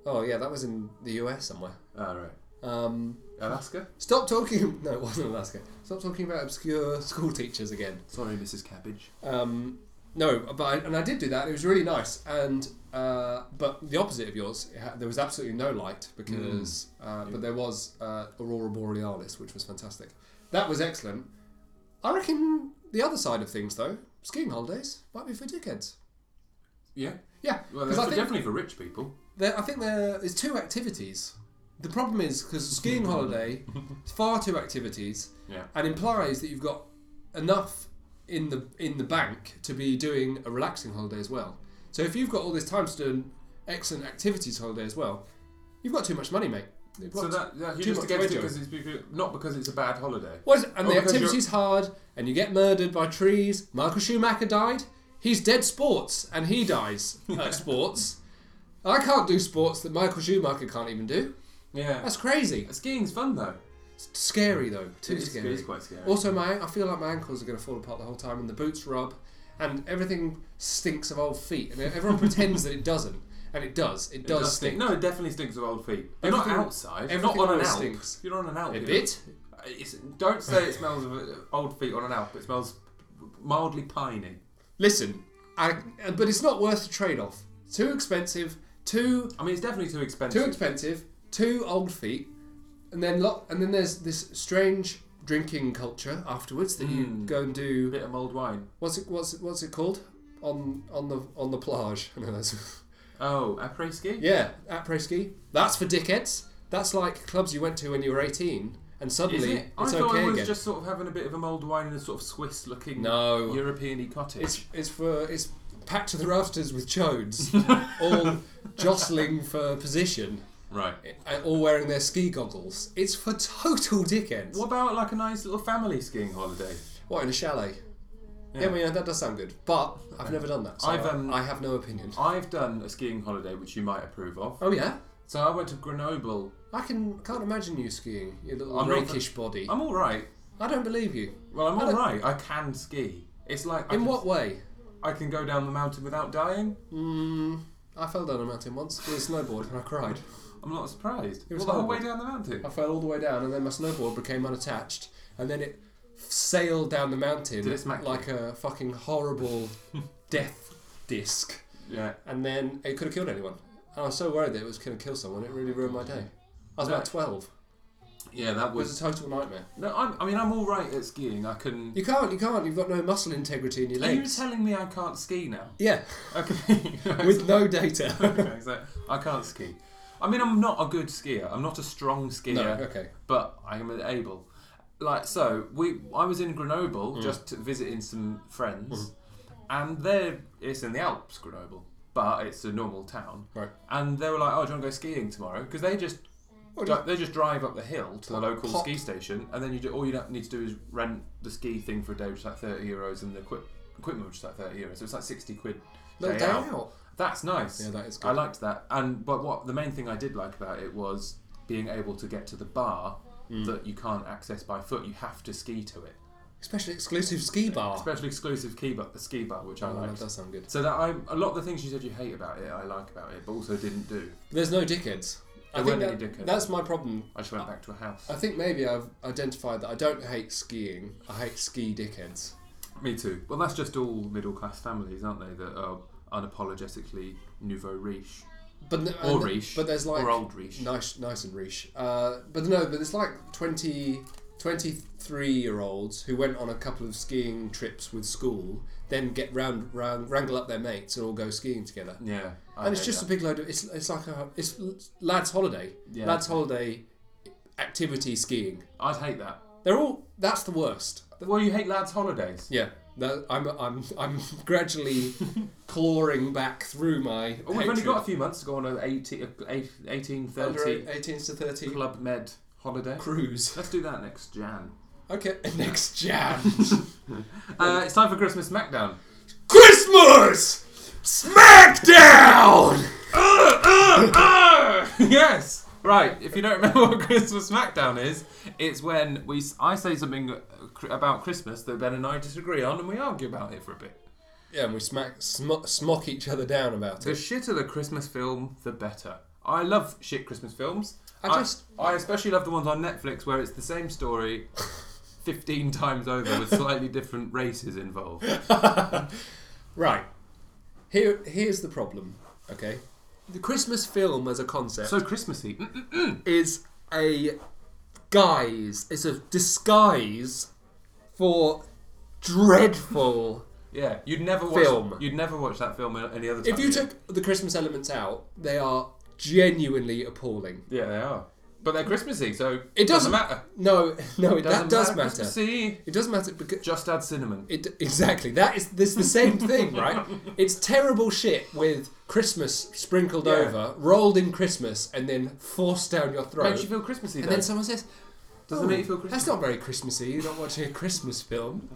Speaker 3: Oh yeah, that was in the US somewhere.
Speaker 4: Oh, right.
Speaker 3: Um,
Speaker 4: Alaska?
Speaker 3: stop talking. No, it wasn't Alaska. Stop talking about obscure school teachers again.
Speaker 4: Sorry, Mrs. Cabbage.
Speaker 3: Um, no, but I, and I did do that. It was really nice. And uh, but the opposite of yours, it ha- there was absolutely no light because. Uh, but there was uh, aurora borealis, which was fantastic. That was excellent. I reckon the other side of things, though, skiing holidays might be for dickheads.
Speaker 4: Yeah.
Speaker 3: Yeah,
Speaker 4: Well,
Speaker 3: because
Speaker 4: that's
Speaker 3: I think
Speaker 4: definitely for rich people.
Speaker 3: there, I think there is two activities. The problem is because skiing holiday is far two activities
Speaker 4: Yeah.
Speaker 3: and implies that you've got enough in the in the bank to be doing a relaxing holiday as well. So if you've got all this time to do an excellent activities holiday as well, you've got too much money, mate. You've
Speaker 4: So
Speaker 3: got-
Speaker 4: that, that you're
Speaker 3: Too
Speaker 4: just
Speaker 3: much
Speaker 4: against it
Speaker 3: radio.
Speaker 4: because it's becau- not because it's a bad holiday.
Speaker 3: What- and
Speaker 4: Oh,
Speaker 3: the
Speaker 4: because you're-
Speaker 3: activity's hard, and you get murdered by trees. Michael Schumacher died. He's dead sports, and he dies at sports. I can't do sports that Michael Schumacher can't even do.
Speaker 4: Yeah.
Speaker 3: That's crazy.
Speaker 4: Skiing's fun though.
Speaker 3: It's scary though. Too
Speaker 4: It is-
Speaker 3: scary.
Speaker 4: It is quite scary.
Speaker 3: Also, my I feel like my ankles are going to fall apart the whole time, and the boots rub, and everything stinks of old feet, and everyone pretends that it doesn't. and it does. It
Speaker 4: It
Speaker 3: does stink.
Speaker 4: No, it definitely stinks of old feet. But not
Speaker 3: Everything-
Speaker 4: outside. Not
Speaker 3: everything
Speaker 4: on an
Speaker 3: always
Speaker 4: alp.
Speaker 3: stinks.
Speaker 4: You're on an alp.
Speaker 3: a
Speaker 4: you
Speaker 3: bit.
Speaker 4: know. Uh, It's, don't say it smells of uh, old feet on an alp. It smells mildly piney.
Speaker 3: Listen, I, uh, but it's not worth the trade-off. Too expensive. Too
Speaker 4: I mean, it's definitely too expensive.
Speaker 3: too expensive. Too old feet. And then lot. And then there's this strange drinking culture afterwards that you
Speaker 4: Mm.
Speaker 3: go and do.
Speaker 4: A bit of mulled wine.
Speaker 3: What's it? What's it? What's it called? On on the on the plage. I know that's.
Speaker 4: Oh, après ski?
Speaker 3: yeah, après ski. That's for dickheads. That's like clubs you went to when you were eighteen, and
Speaker 4: Is
Speaker 3: suddenly
Speaker 4: it? I
Speaker 3: it's
Speaker 4: thought
Speaker 3: okay
Speaker 4: I was
Speaker 3: again.
Speaker 4: just sort of having a bit of a mulled wine in a sort of Swiss looking
Speaker 3: no,
Speaker 4: European cottage.
Speaker 3: it's it's for it's packed to the rafters with chodes, all jostling for position,
Speaker 4: right.
Speaker 3: and all wearing their ski goggles. It's for total dickheads.
Speaker 4: What about like a nice little family skiing holiday?
Speaker 3: What in a chalet? Yeah,
Speaker 4: Yeah.
Speaker 3: well, yeah that does sound good, but I've never done that. So
Speaker 4: I've,
Speaker 3: I-
Speaker 4: um,
Speaker 3: I have no opinion.
Speaker 4: I've done a skiing holiday which you might approve of.
Speaker 3: Oh yeah.
Speaker 4: So I went to Grenoble.
Speaker 3: I can can't imagine you skiing. Your little
Speaker 4: I'm not-
Speaker 3: rakish body.
Speaker 4: I'm all right.
Speaker 3: I don't believe you.
Speaker 4: Well, I'm
Speaker 3: I
Speaker 4: all
Speaker 3: don't-
Speaker 4: right. I can ski. It's like I
Speaker 3: In
Speaker 4: can,
Speaker 3: what way?
Speaker 4: I can go down the mountain without dying.
Speaker 3: Mm, I fell down a mountain once with a snowboard and I cried.
Speaker 4: I'm not surprised.
Speaker 3: It
Speaker 4: Well,
Speaker 3: was
Speaker 4: the whole way
Speaker 3: horrible. Oh.
Speaker 4: down the mountain.
Speaker 3: I fell all the way down and then my snowboard became unattached and then it sailed down the mountain
Speaker 4: Did it smack you?
Speaker 3: like a fucking horrible death disc.
Speaker 4: Yeah.
Speaker 3: And then it could have killed anyone. And I was so worried that it was going to kill someone. It really ruined my day. I was about
Speaker 4: No.
Speaker 3: twelve.
Speaker 4: Yeah, that
Speaker 3: It was
Speaker 4: was.
Speaker 3: a total nightmare.
Speaker 4: No, I'm, I mean I'm all right at skiing. I can.
Speaker 3: You can't. You can't. You've got no muscle integrity in your
Speaker 4: Are you
Speaker 3: legs.
Speaker 4: telling me I can't ski now?
Speaker 3: yeah,
Speaker 4: Okay.
Speaker 3: with no data.
Speaker 4: okay, so I can't ski. I mean, I'm not a good skier. I'm not a strong skier,
Speaker 3: No. Okay.
Speaker 4: but I am able. Like so, we I was in Grenoble just visiting some friends, and they're it's in the Alps, Grenoble, but it's a normal town.
Speaker 3: Right.
Speaker 4: And they were like, "Oh, do you want to go skiing tomorrow?" Because they just
Speaker 3: Oh,
Speaker 4: dri- they just drive up the hill to the
Speaker 3: Pop-
Speaker 4: local
Speaker 3: pop.
Speaker 4: ski station, and then you do all you don't need to do is rent the ski thing for a day, which is like thirty euros, and the equip- equipment, which is like thirty euros. So it's like sixty quid.
Speaker 3: Little day out.
Speaker 4: That's nice.
Speaker 3: Yeah, that is
Speaker 4: I
Speaker 3: good.
Speaker 4: liked that. And but what the main thing I did like about it was being able to get to the bar that you can't access by foot. You have to ski to it.
Speaker 3: Especially exclusive ski bar.
Speaker 4: Especially exclusive key bar, the ski bar, which I
Speaker 3: Oh, that
Speaker 4: liked.
Speaker 3: does sound good.
Speaker 4: So that I a lot of the things you said you hate about it, I like about it, but also didn't do.
Speaker 3: There's no dickheads. I
Speaker 4: There
Speaker 3: think
Speaker 4: weren't
Speaker 3: that-
Speaker 4: any dickheads.
Speaker 3: that's my problem.
Speaker 4: I just went back to a house.
Speaker 3: I think maybe I've identified that I don't hate skiing. I hate ski dickheads.
Speaker 4: Me too. Well, that's just all middle class families, aren't they? That are unapologetically nouveau riche
Speaker 3: But n-
Speaker 4: or
Speaker 3: and-
Speaker 4: riche,
Speaker 3: But there's like
Speaker 4: or old riche.
Speaker 3: nice, nice and riche. Uh, but no, but it's like 20, 23 year olds who went on a couple of skiing trips with school, then get round, round wrangle up their mates and all go skiing together.
Speaker 4: Yeah, I
Speaker 3: and it's
Speaker 4: hate
Speaker 3: just
Speaker 4: that.
Speaker 3: a big load of it's. It's like a it's l- lads' holiday.
Speaker 4: Yeah.
Speaker 3: Lads' holiday activity skiing.
Speaker 4: I'd hate that.
Speaker 3: They're all. That's the worst.
Speaker 4: Well, you hate lads' holidays.
Speaker 3: Yeah, that, I'm I'm I'm gradually clawing back through my.
Speaker 4: Oh, we've only got a few months to go on an 18, uh, eight- 18, 30
Speaker 3: 18s to thirty
Speaker 4: Club Med holiday.
Speaker 3: cruise.
Speaker 4: Let's do that next Jan.
Speaker 3: Okay, next Jan.
Speaker 4: Uh, it's time for Christmas Smackdown.
Speaker 3: Christmas SmackDown.
Speaker 4: yes! Right, if you don't remember what Christmas Smackdown is, it's when we s- I say something uh, cr- about Christmas that Ben and I disagree on and we argue about it for a bit.
Speaker 3: Yeah, and we smack sm- smock each other down about
Speaker 4: The
Speaker 3: it.
Speaker 4: shitter the Christmas film, the better. I love shit Christmas films.
Speaker 3: I just
Speaker 4: I especially love the ones on Netflix where it's the same story 15 times over with slightly different races involved.
Speaker 3: right here. Here's the problem. Okay, the Christmas film as a concept.
Speaker 4: So Christmassy.
Speaker 3: is a guise, it's a disguise for dreadful.
Speaker 4: Yeah, you'd never watch
Speaker 3: Film.
Speaker 4: You'd never watch that film any other time.
Speaker 3: if you took the Christmas elements out, they are genuinely appalling.
Speaker 4: yeah, they are, but they're Christmassy, so
Speaker 3: It doesn't-
Speaker 4: matter.
Speaker 3: No, no,
Speaker 4: Doesn't
Speaker 3: that does matter.
Speaker 4: Christmassy.
Speaker 3: It does matter because
Speaker 4: Just add cinnamon.
Speaker 3: it exactly that is this the same thing, right? It's terrible shit with Christmas sprinkled
Speaker 4: Yeah.
Speaker 3: over, rolled in Christmas, and then forced down your throat.
Speaker 4: Makes you feel Christmassy.
Speaker 3: and
Speaker 4: though.
Speaker 3: then someone says,
Speaker 4: Doesn't
Speaker 3: "Oh,
Speaker 4: make you feel
Speaker 3: That's
Speaker 4: Christmassy.
Speaker 3: not very Christmassy. You're not watching a Christmas film.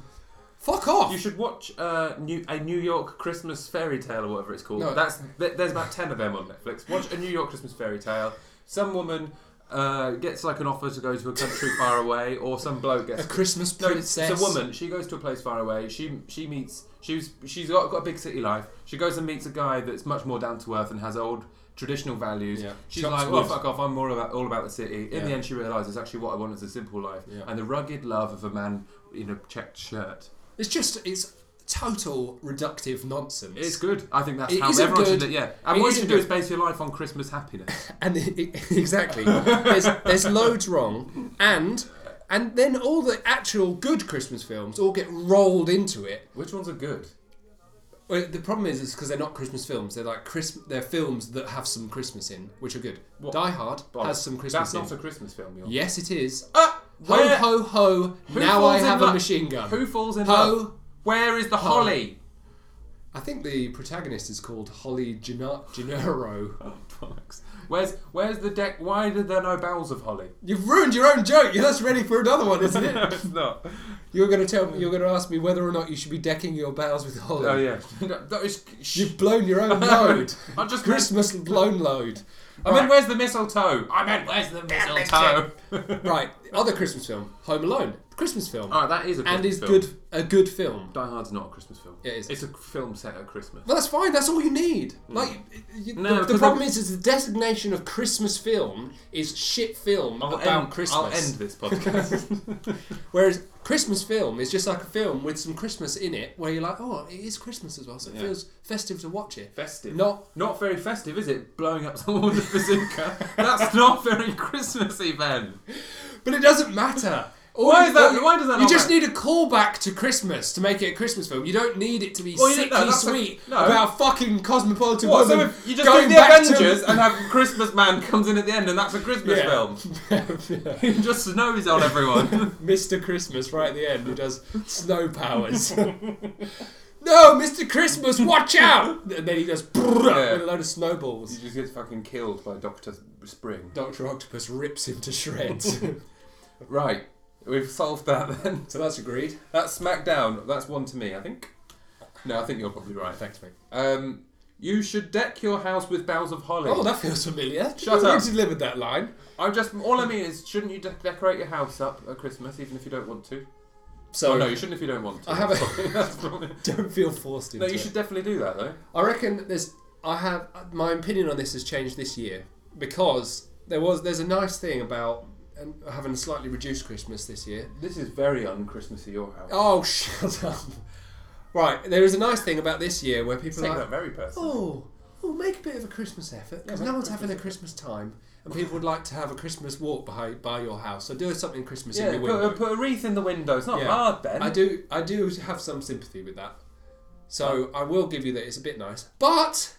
Speaker 3: Fuck off."
Speaker 4: You should watch uh, New, a New York Christmas fairy tale or whatever it's called.
Speaker 3: No.
Speaker 4: That's th- there's about ten of them on Netflix. Watch a New York Christmas fairy tale. Some woman uh, gets like an offer to go to a country far away, or some bloke
Speaker 3: A
Speaker 4: gets.
Speaker 3: Christmas
Speaker 4: No, it's,
Speaker 3: princess.
Speaker 4: it's a woman. She goes to a place far away. She she meets. She's she's got, got a big city life. She goes and meets a guy that's much more down to earth and has old traditional values.
Speaker 3: Yeah.
Speaker 4: She's
Speaker 3: Chops
Speaker 4: like,
Speaker 3: wood.
Speaker 4: well, fuck off. I'm more about all about the city. In the
Speaker 3: Yeah.
Speaker 4: end, she realizes actually what I want is a simple life
Speaker 3: Yeah.
Speaker 4: and the rugged love of a man in a checked shirt.
Speaker 3: It's just it's total reductive nonsense.
Speaker 4: It's good. I think that's
Speaker 3: It
Speaker 4: how
Speaker 3: isn't
Speaker 4: everyone should.
Speaker 3: good.
Speaker 4: li- Yeah, and
Speaker 3: It
Speaker 4: what you
Speaker 3: isn't
Speaker 4: should do is
Speaker 3: good.
Speaker 4: base your life on Christmas happiness.
Speaker 3: and it, it- exactly there's, there's loads wrong and and then all the actual good christmas films all get rolled into it
Speaker 4: Which ones are good?
Speaker 3: well, the problem is is because they're not christmas films they're like Chris, they're films that have some christmas in which are good
Speaker 4: What?
Speaker 3: die hard has some christmas
Speaker 4: That's not
Speaker 3: in
Speaker 4: a Christmas film. You're...
Speaker 3: yes it is
Speaker 4: Ah,
Speaker 3: ho
Speaker 4: where-
Speaker 3: ho ho
Speaker 4: Who
Speaker 3: now i
Speaker 4: falls in
Speaker 3: have a
Speaker 4: love?
Speaker 3: machine gun
Speaker 4: Who falls in
Speaker 3: Ho.
Speaker 4: love? Where is the holly?
Speaker 3: i think the protagonist is called holly Gennaro. Gennaro.
Speaker 4: Bollocks. Where's where's the deck? Why are there no bowels of holly?
Speaker 3: you've ruined your own joke that's ready for another one isn't it
Speaker 4: it's not.
Speaker 3: You're going to tell me. You're going to ask me whether or not you should be decking your bows with holly.
Speaker 4: Oh yeah. No, that is- sh-
Speaker 3: You've blown your own load.
Speaker 4: I just.
Speaker 3: Christmas blown load.
Speaker 4: I meant where's the mistletoe? I meant where's the mistletoe?
Speaker 3: Right, other Christmas film, Home Alone, Christmas film,
Speaker 4: oh, that is a Christmas
Speaker 3: and is
Speaker 4: film.
Speaker 3: good a good film.
Speaker 4: Die Hard's not a Christmas film.
Speaker 3: It is.
Speaker 4: It's a film set at Christmas.
Speaker 3: Well, that's fine. That's all you need. Like, you,
Speaker 4: Hmm. No,
Speaker 3: the, the
Speaker 4: 'cause
Speaker 3: problem
Speaker 4: I-
Speaker 3: is, is the designation of Christmas film is shit film
Speaker 4: I'll
Speaker 3: about
Speaker 4: end,
Speaker 3: Christmas.
Speaker 4: I'll end this podcast.
Speaker 3: Whereas Christmas film is just like a film with some Christmas in it, where you're like, oh, it is Christmas as well, so it
Speaker 4: Yeah.
Speaker 3: feels festive to watch it.
Speaker 4: festive.
Speaker 3: Not
Speaker 4: Not very festive, is it? Blowing up someone with a bazooka. That's not very Christmassy, Ben.
Speaker 3: But it doesn't matter. All
Speaker 4: Why
Speaker 3: you-
Speaker 4: is that-
Speaker 3: all you-
Speaker 4: why does that
Speaker 3: You
Speaker 4: not
Speaker 3: just
Speaker 4: matter?
Speaker 3: need a callback to Christmas to make it a Christmas film. You don't need it to be
Speaker 4: Well, you- no,
Speaker 3: sickly
Speaker 4: that's a-
Speaker 3: sweet
Speaker 4: no.
Speaker 3: about a fucking cosmopolitan
Speaker 4: What, so
Speaker 3: woman
Speaker 4: if you just do
Speaker 3: going
Speaker 4: the
Speaker 3: back to-
Speaker 4: Avengers and have Christmas Man comes in at the end and that's a Christmas
Speaker 3: Yeah.
Speaker 4: film? He just snows on everyone.
Speaker 3: Mr. Christmas right at the end who does snow powers. no, Mr. Christmas, watch out! And then he goes
Speaker 4: Yeah.
Speaker 3: with a load of snowballs.
Speaker 4: just gets fucking killed by Doctor Spring.
Speaker 3: Doctor Octopus rips him to shreds.
Speaker 4: Right, we've solved that then.
Speaker 3: so that's agreed.
Speaker 4: That's SmackDown. That's one to me, I think. No, I think you're probably right.
Speaker 3: Thanks, mate.
Speaker 4: Um, you should deck your house with boughs of holly.
Speaker 3: Oh, that feels familiar.
Speaker 4: Shut
Speaker 3: You
Speaker 4: up.
Speaker 3: delivered that line.
Speaker 4: I just all I mean is, shouldn't you de- decorate your house up at Christmas, even if you don't want to?
Speaker 3: So
Speaker 4: oh no, you shouldn't if you don't want to.
Speaker 3: I have a.
Speaker 4: That's probably-
Speaker 3: Don't feel forced into
Speaker 4: no, you
Speaker 3: it.
Speaker 4: should definitely do that though.
Speaker 3: I reckon there's. I have my opinion on this has changed this year because there was there's a nice thing about um, having a slightly reduced Christmas this year.
Speaker 4: This is very un-Christmassy your house.
Speaker 3: Oh, shut up! Right, there is a nice thing about this year where people
Speaker 4: Take
Speaker 3: are
Speaker 4: that
Speaker 3: like,
Speaker 4: very personally.
Speaker 3: oh, oh, make a bit of a Christmas effort because no one's having a Christmas time, and people would like to have a Christmas walk by by your house. So do something Christmas in
Speaker 4: Oh, Yeah,
Speaker 3: your
Speaker 4: put,
Speaker 3: window.
Speaker 4: a- put a wreath in the window. It's not
Speaker 3: Yeah.
Speaker 4: hard, Ben.
Speaker 3: I do I do have some sympathy with that. So I will give you that it's a bit nice, but.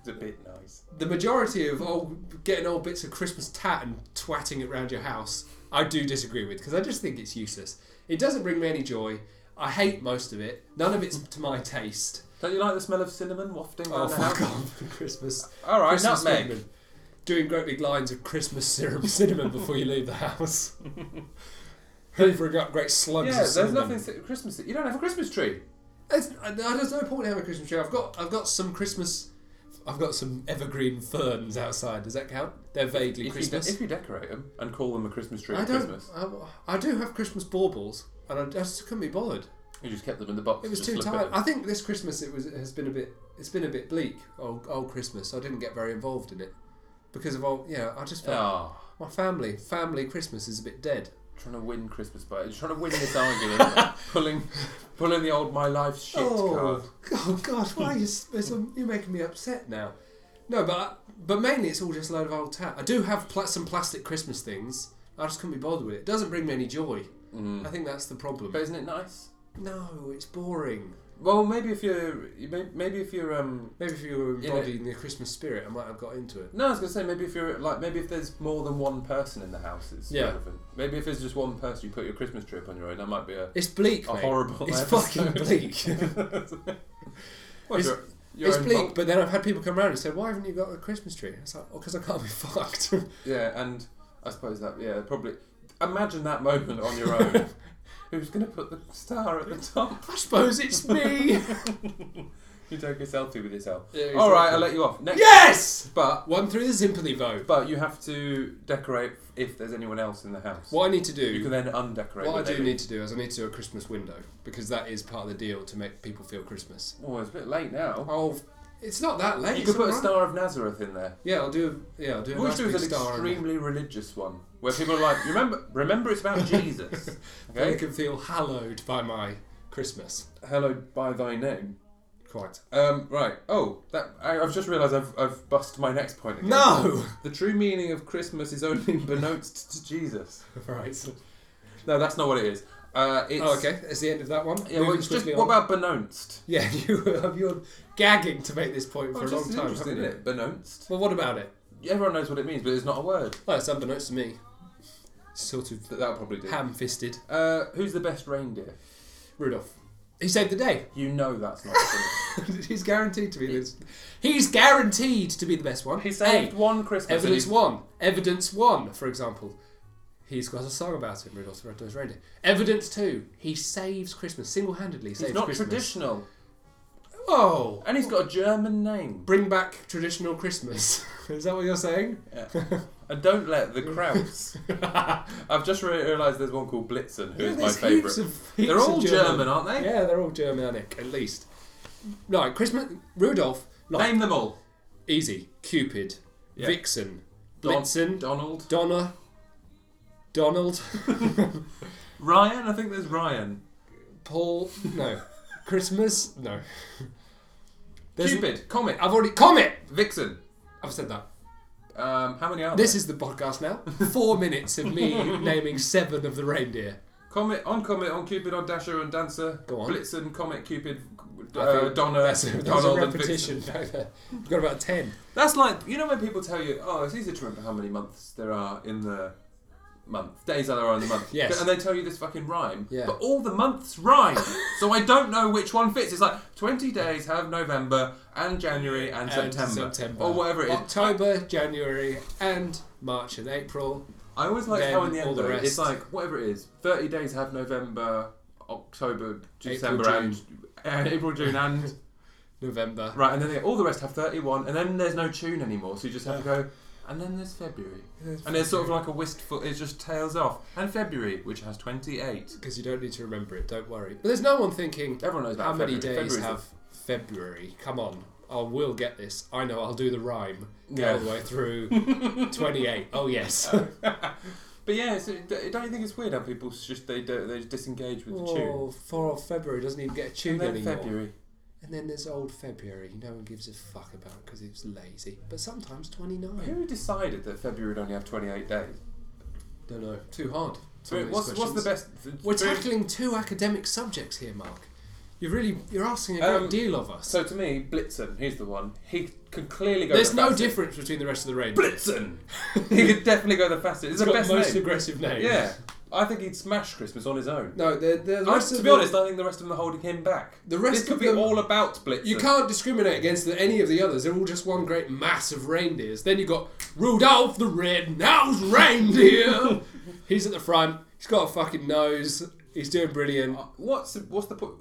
Speaker 4: It's a bit nice.
Speaker 3: the majority of old, getting old bits of Christmas tat and twatting it round your house, I do disagree with because I just think it's useless. It doesn't bring me any joy. I hate most of it. None of it's to my taste.
Speaker 4: Don't you like the smell of cinnamon wafting
Speaker 3: Oh,
Speaker 4: around the
Speaker 3: fuck
Speaker 4: house?
Speaker 3: off for Christmas.
Speaker 4: All right,
Speaker 3: Christmas
Speaker 4: nutmeg.
Speaker 3: cinnamon. Doing great big lines of Christmas syrup cinnamon before you leave the house. Hoovering up great slugs
Speaker 4: Yeah,
Speaker 3: of
Speaker 4: there's
Speaker 3: cinnamon.
Speaker 4: nothing si- Christmas. You don't have a Christmas tree.
Speaker 3: It's, I- there's no point in having a Christmas tree. I've got I've got some Christmas. I've got some evergreen ferns outside. Does that count? They're vaguely
Speaker 4: If you, de-
Speaker 3: Christmas.
Speaker 4: if you decorate them and call them a Christmas tree
Speaker 3: I
Speaker 4: at
Speaker 3: don't.
Speaker 4: Christmas,
Speaker 3: I, I do have Christmas baubles, and I just couldn't be bothered.
Speaker 4: you just kept them in the box.
Speaker 3: It was
Speaker 4: just
Speaker 3: too
Speaker 4: look at
Speaker 3: tired.
Speaker 4: them.
Speaker 3: I think this Christmas it was it has been a bit. It's been a bit bleak. Old, old Christmas. I didn't get very involved in it because of all. Yeah, I just felt
Speaker 4: Ah,
Speaker 3: my family. Family Christmas is a bit dead.
Speaker 4: trying to win Christmas, but you're trying to win this argument, pulling, pulling the old my life shit card.
Speaker 3: oh God! Why are you? s- it's- um, You're making me upset now. No, but I- but mainly it's all just a load of old tat. I do have pla- some plastic Christmas things. I just couldn't be bothered with it. It doesn't bring me any joy.
Speaker 4: Mm.
Speaker 3: I think that's the problem.
Speaker 4: But isn't it nice?
Speaker 3: no, it's boring.
Speaker 4: Well, maybe if you're, you may- maybe if you're, um,
Speaker 3: Maybe if you were
Speaker 4: You know-
Speaker 3: embodying the Christmas spirit, I might have got into it.
Speaker 4: no, I was gonna say maybe if you're like maybe if there's more than one person in the house, it's
Speaker 3: Yeah.
Speaker 4: relevant. Maybe if it's just one person, you put your Christmas tree up on your own. That might be a,
Speaker 3: It's bleak,
Speaker 4: a
Speaker 3: mate.
Speaker 4: horrible.
Speaker 3: It's
Speaker 4: episode.
Speaker 3: fucking bleak.
Speaker 4: Well,
Speaker 3: It's-
Speaker 4: your- your
Speaker 3: it's
Speaker 4: own
Speaker 3: bleak,
Speaker 4: fault.
Speaker 3: but then I've had people come around and say, "Why haven't you got a Christmas tree?" It's like, "Oh, because I can't be fucked."
Speaker 4: Yeah, and I suppose that yeah probably imagine that moment on your own. Who's going to put the star at the top?
Speaker 3: I suppose it's me.
Speaker 4: You're taking a selfie with yourself.
Speaker 3: Yeah,
Speaker 4: All right,
Speaker 3: exactly.
Speaker 4: I'll let you off. Next,
Speaker 3: Yes!
Speaker 4: but
Speaker 3: One through the sympathy vote.
Speaker 4: but you have to decorate if there's anyone else in the house.
Speaker 3: What I need to do.
Speaker 4: You can then undecorate.
Speaker 3: What I
Speaker 4: when they
Speaker 3: do
Speaker 4: leave.
Speaker 3: need to do is I need to do a Christmas window because that is part of the deal to make people feel Christmas.
Speaker 4: Oh, it's a bit late now.
Speaker 3: Oh, it's not that late.
Speaker 4: you could
Speaker 3: it's
Speaker 4: put a
Speaker 3: alright.
Speaker 4: Star of Nazareth in there.
Speaker 3: Yeah, I'll do. A, yeah, I'll do a
Speaker 4: What
Speaker 3: nice
Speaker 4: we should
Speaker 3: big
Speaker 4: do is an
Speaker 3: star. and
Speaker 4: extremely religious one where people are like, remember, remember, it's about Jesus.
Speaker 3: They
Speaker 4: Okay,
Speaker 3: can feel hallowed by my Christmas.
Speaker 4: hello by thy name.
Speaker 3: Quite.
Speaker 4: Um, right. Oh, that I, I've just realised I've I've bust my next point. Again.
Speaker 3: No.
Speaker 4: the true meaning of Christmas is only beknownst to Jesus.
Speaker 3: right. so-
Speaker 4: No, that's not what it is. Uh, it's
Speaker 3: oh, okay. That's the end of that one.
Speaker 4: Yeah, well,
Speaker 3: Moving
Speaker 4: it's just
Speaker 3: quickly
Speaker 4: what
Speaker 3: on.
Speaker 4: about beknownst?
Speaker 3: Yeah, you you're gagging to make this point for
Speaker 4: I'm
Speaker 3: a long
Speaker 4: Oh, just
Speaker 3: time,
Speaker 4: interested
Speaker 3: haven't you?
Speaker 4: in it. Beknownst.
Speaker 3: Well, what about it?
Speaker 4: Everyone knows what it means, but it's not a word.
Speaker 3: Well, it's unbeknownst to me. Sort of
Speaker 4: That that'll probably do.
Speaker 3: ham-fisted.
Speaker 4: Uh, who's the best reindeer?
Speaker 3: Rudolph. He saved the day.
Speaker 4: You know that's not. a thing.
Speaker 3: He's guaranteed to be this. He's guaranteed to be the best one.
Speaker 4: he saved
Speaker 3: Hey,
Speaker 4: one Christmas. and
Speaker 3: evidence
Speaker 4: he-
Speaker 3: one. Evidence one, for example. He's got a song about it, Rudolph the Red-Nosed Reindeer. Evidence two. He saves Christmas single-handedly.
Speaker 4: He's
Speaker 3: saves
Speaker 4: not
Speaker 3: Christmas.
Speaker 4: traditional,
Speaker 3: Oh,
Speaker 4: and he's got a German name.
Speaker 3: bring back traditional Christmas. Is that what you're saying?
Speaker 4: Yeah. and don't let the Krauss. I've just re- realised there's one called Blitzen, who
Speaker 3: Yeah,
Speaker 4: is my
Speaker 3: there's
Speaker 4: favourite.
Speaker 3: heaps of- heaps
Speaker 4: They're
Speaker 3: of
Speaker 4: all German. aren't they?
Speaker 3: Yeah, they're all Germanic, at least. Right, Christmas. Rudolph. Like,
Speaker 4: Name them all.
Speaker 3: Easy. Cupid.
Speaker 4: Yeah.
Speaker 3: Vixen.
Speaker 4: Don-
Speaker 3: Blitzen.
Speaker 4: Donald,
Speaker 3: Donna. Donald.
Speaker 4: Ryan. I think there's Ryan.
Speaker 3: Paul. No. Christmas. No.
Speaker 4: Cupid, Comet,
Speaker 3: I've already. Comet!
Speaker 4: Vixen.
Speaker 3: I've said that.
Speaker 4: Um, how many are
Speaker 3: This
Speaker 4: there?
Speaker 3: is the podcast now. Four minutes of me naming seven of the reindeer.
Speaker 4: Comet on Comet on Cupid on Dasher and Dancer.
Speaker 3: Go on.
Speaker 4: Blitzen, Comet, Cupid,
Speaker 3: I
Speaker 4: uh,
Speaker 3: think
Speaker 4: Donna,
Speaker 3: That's a, that's a
Speaker 4: Donald, and Vixen.
Speaker 3: repetition back there. We've got about ten.
Speaker 4: That's like you know when people tell you, oh, it's easy to remember how many months there are in the month, days there are in the month.
Speaker 3: Yes.
Speaker 4: And they tell you this fucking rhyme,
Speaker 3: Yeah.
Speaker 4: but all the months rhyme, so I don't know which one fits. It's like twenty days have November and January and,
Speaker 3: And
Speaker 4: September, or whatever it is.
Speaker 3: October, January, and March and April.
Speaker 4: I always like
Speaker 3: Then
Speaker 4: how in the
Speaker 3: all
Speaker 4: end
Speaker 3: the
Speaker 4: though, it's
Speaker 3: rest.
Speaker 4: like whatever it is. Thirty days have November, October, December, and uh, April, June, and
Speaker 3: November.
Speaker 4: right, and then they, all the rest have thirty-one, and then there's no tune anymore, so you just have to go. And then there's February, and there's sort of like a wistful. It just tails off, and February, which has twenty-eight.
Speaker 3: Because you don't need to remember it, don't worry. But there's no one thinking,
Speaker 4: Everyone knows about
Speaker 3: how many
Speaker 4: February.
Speaker 3: days
Speaker 4: February's
Speaker 3: have February? Come on, I will get this. I know, I'll do the rhyme
Speaker 4: Yeah.
Speaker 3: all the way through 28. Oh, yes.
Speaker 4: But yeah, so, d- don't you think it's weird how people s- just they do, they disengage with the tune?
Speaker 3: oh, 4 of February doesn't even get a tune
Speaker 4: And then
Speaker 3: anymore.
Speaker 4: February.
Speaker 3: And then there's old February, no one gives a fuck about because it's lazy. But sometimes 29.
Speaker 4: Who decided that February would only have twenty-eight days?
Speaker 3: Don't know, too hard. some of
Speaker 4: So
Speaker 3: these
Speaker 4: what's, what's the
Speaker 3: questions.
Speaker 4: best?
Speaker 3: We're
Speaker 4: three-
Speaker 3: tackling two academic subjects here, Mark. You're really you're asking a great
Speaker 4: Um,
Speaker 3: deal of us.
Speaker 4: So to me, Blitzen, he's the one. He could clearly go.
Speaker 3: There's
Speaker 4: the
Speaker 3: no
Speaker 4: fastest.
Speaker 3: difference between the rest of the range.
Speaker 4: Blitzen. he could definitely go the fastest. It's
Speaker 3: It's
Speaker 4: the
Speaker 3: got
Speaker 4: best
Speaker 3: the most
Speaker 4: name.
Speaker 3: aggressive name.
Speaker 4: Yeah, I think he'd smash Christmas on his own.
Speaker 3: No, the, the
Speaker 4: I-
Speaker 3: rest
Speaker 4: to
Speaker 3: of
Speaker 4: be
Speaker 3: the-
Speaker 4: honest, I think the rest of them are holding him back.
Speaker 3: The rest
Speaker 4: this could
Speaker 3: of
Speaker 4: be
Speaker 3: them-
Speaker 4: all about Blitzen.
Speaker 3: You can't discriminate against the, any of the others. They're all just one great mass of reindeers. Then you've got Rudolph the Red-Nosed Reindeer. he's at the front. He's got a fucking nose. He's doing brilliant.
Speaker 4: What's what's the point?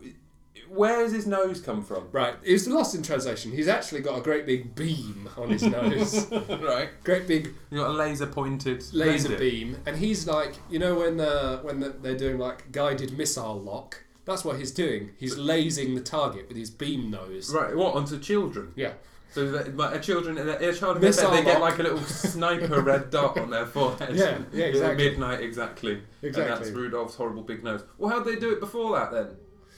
Speaker 4: Where's his nose come from?
Speaker 3: Right, it was lost in translation. He's actually got a great big beam on his nose.
Speaker 4: right.
Speaker 3: great big
Speaker 4: You got a laser pointed
Speaker 3: laser beam, and he's like, you know, when uh, when the, they're doing like guided missile lock, that's what he's doing. He's lasing the target with his beam nose.
Speaker 4: Right. What onto children?
Speaker 3: Yeah,
Speaker 4: So that like, a children, a child in their
Speaker 3: Missile
Speaker 4: bed, they get
Speaker 3: lock.
Speaker 4: like a little sniper red dot on their forehead.
Speaker 3: Yeah, yeah,
Speaker 4: At
Speaker 3: exactly.
Speaker 4: midnight, exactly.
Speaker 3: Exactly.
Speaker 4: And that's Rudolph's horrible big nose. Well, how'd they do it before that then?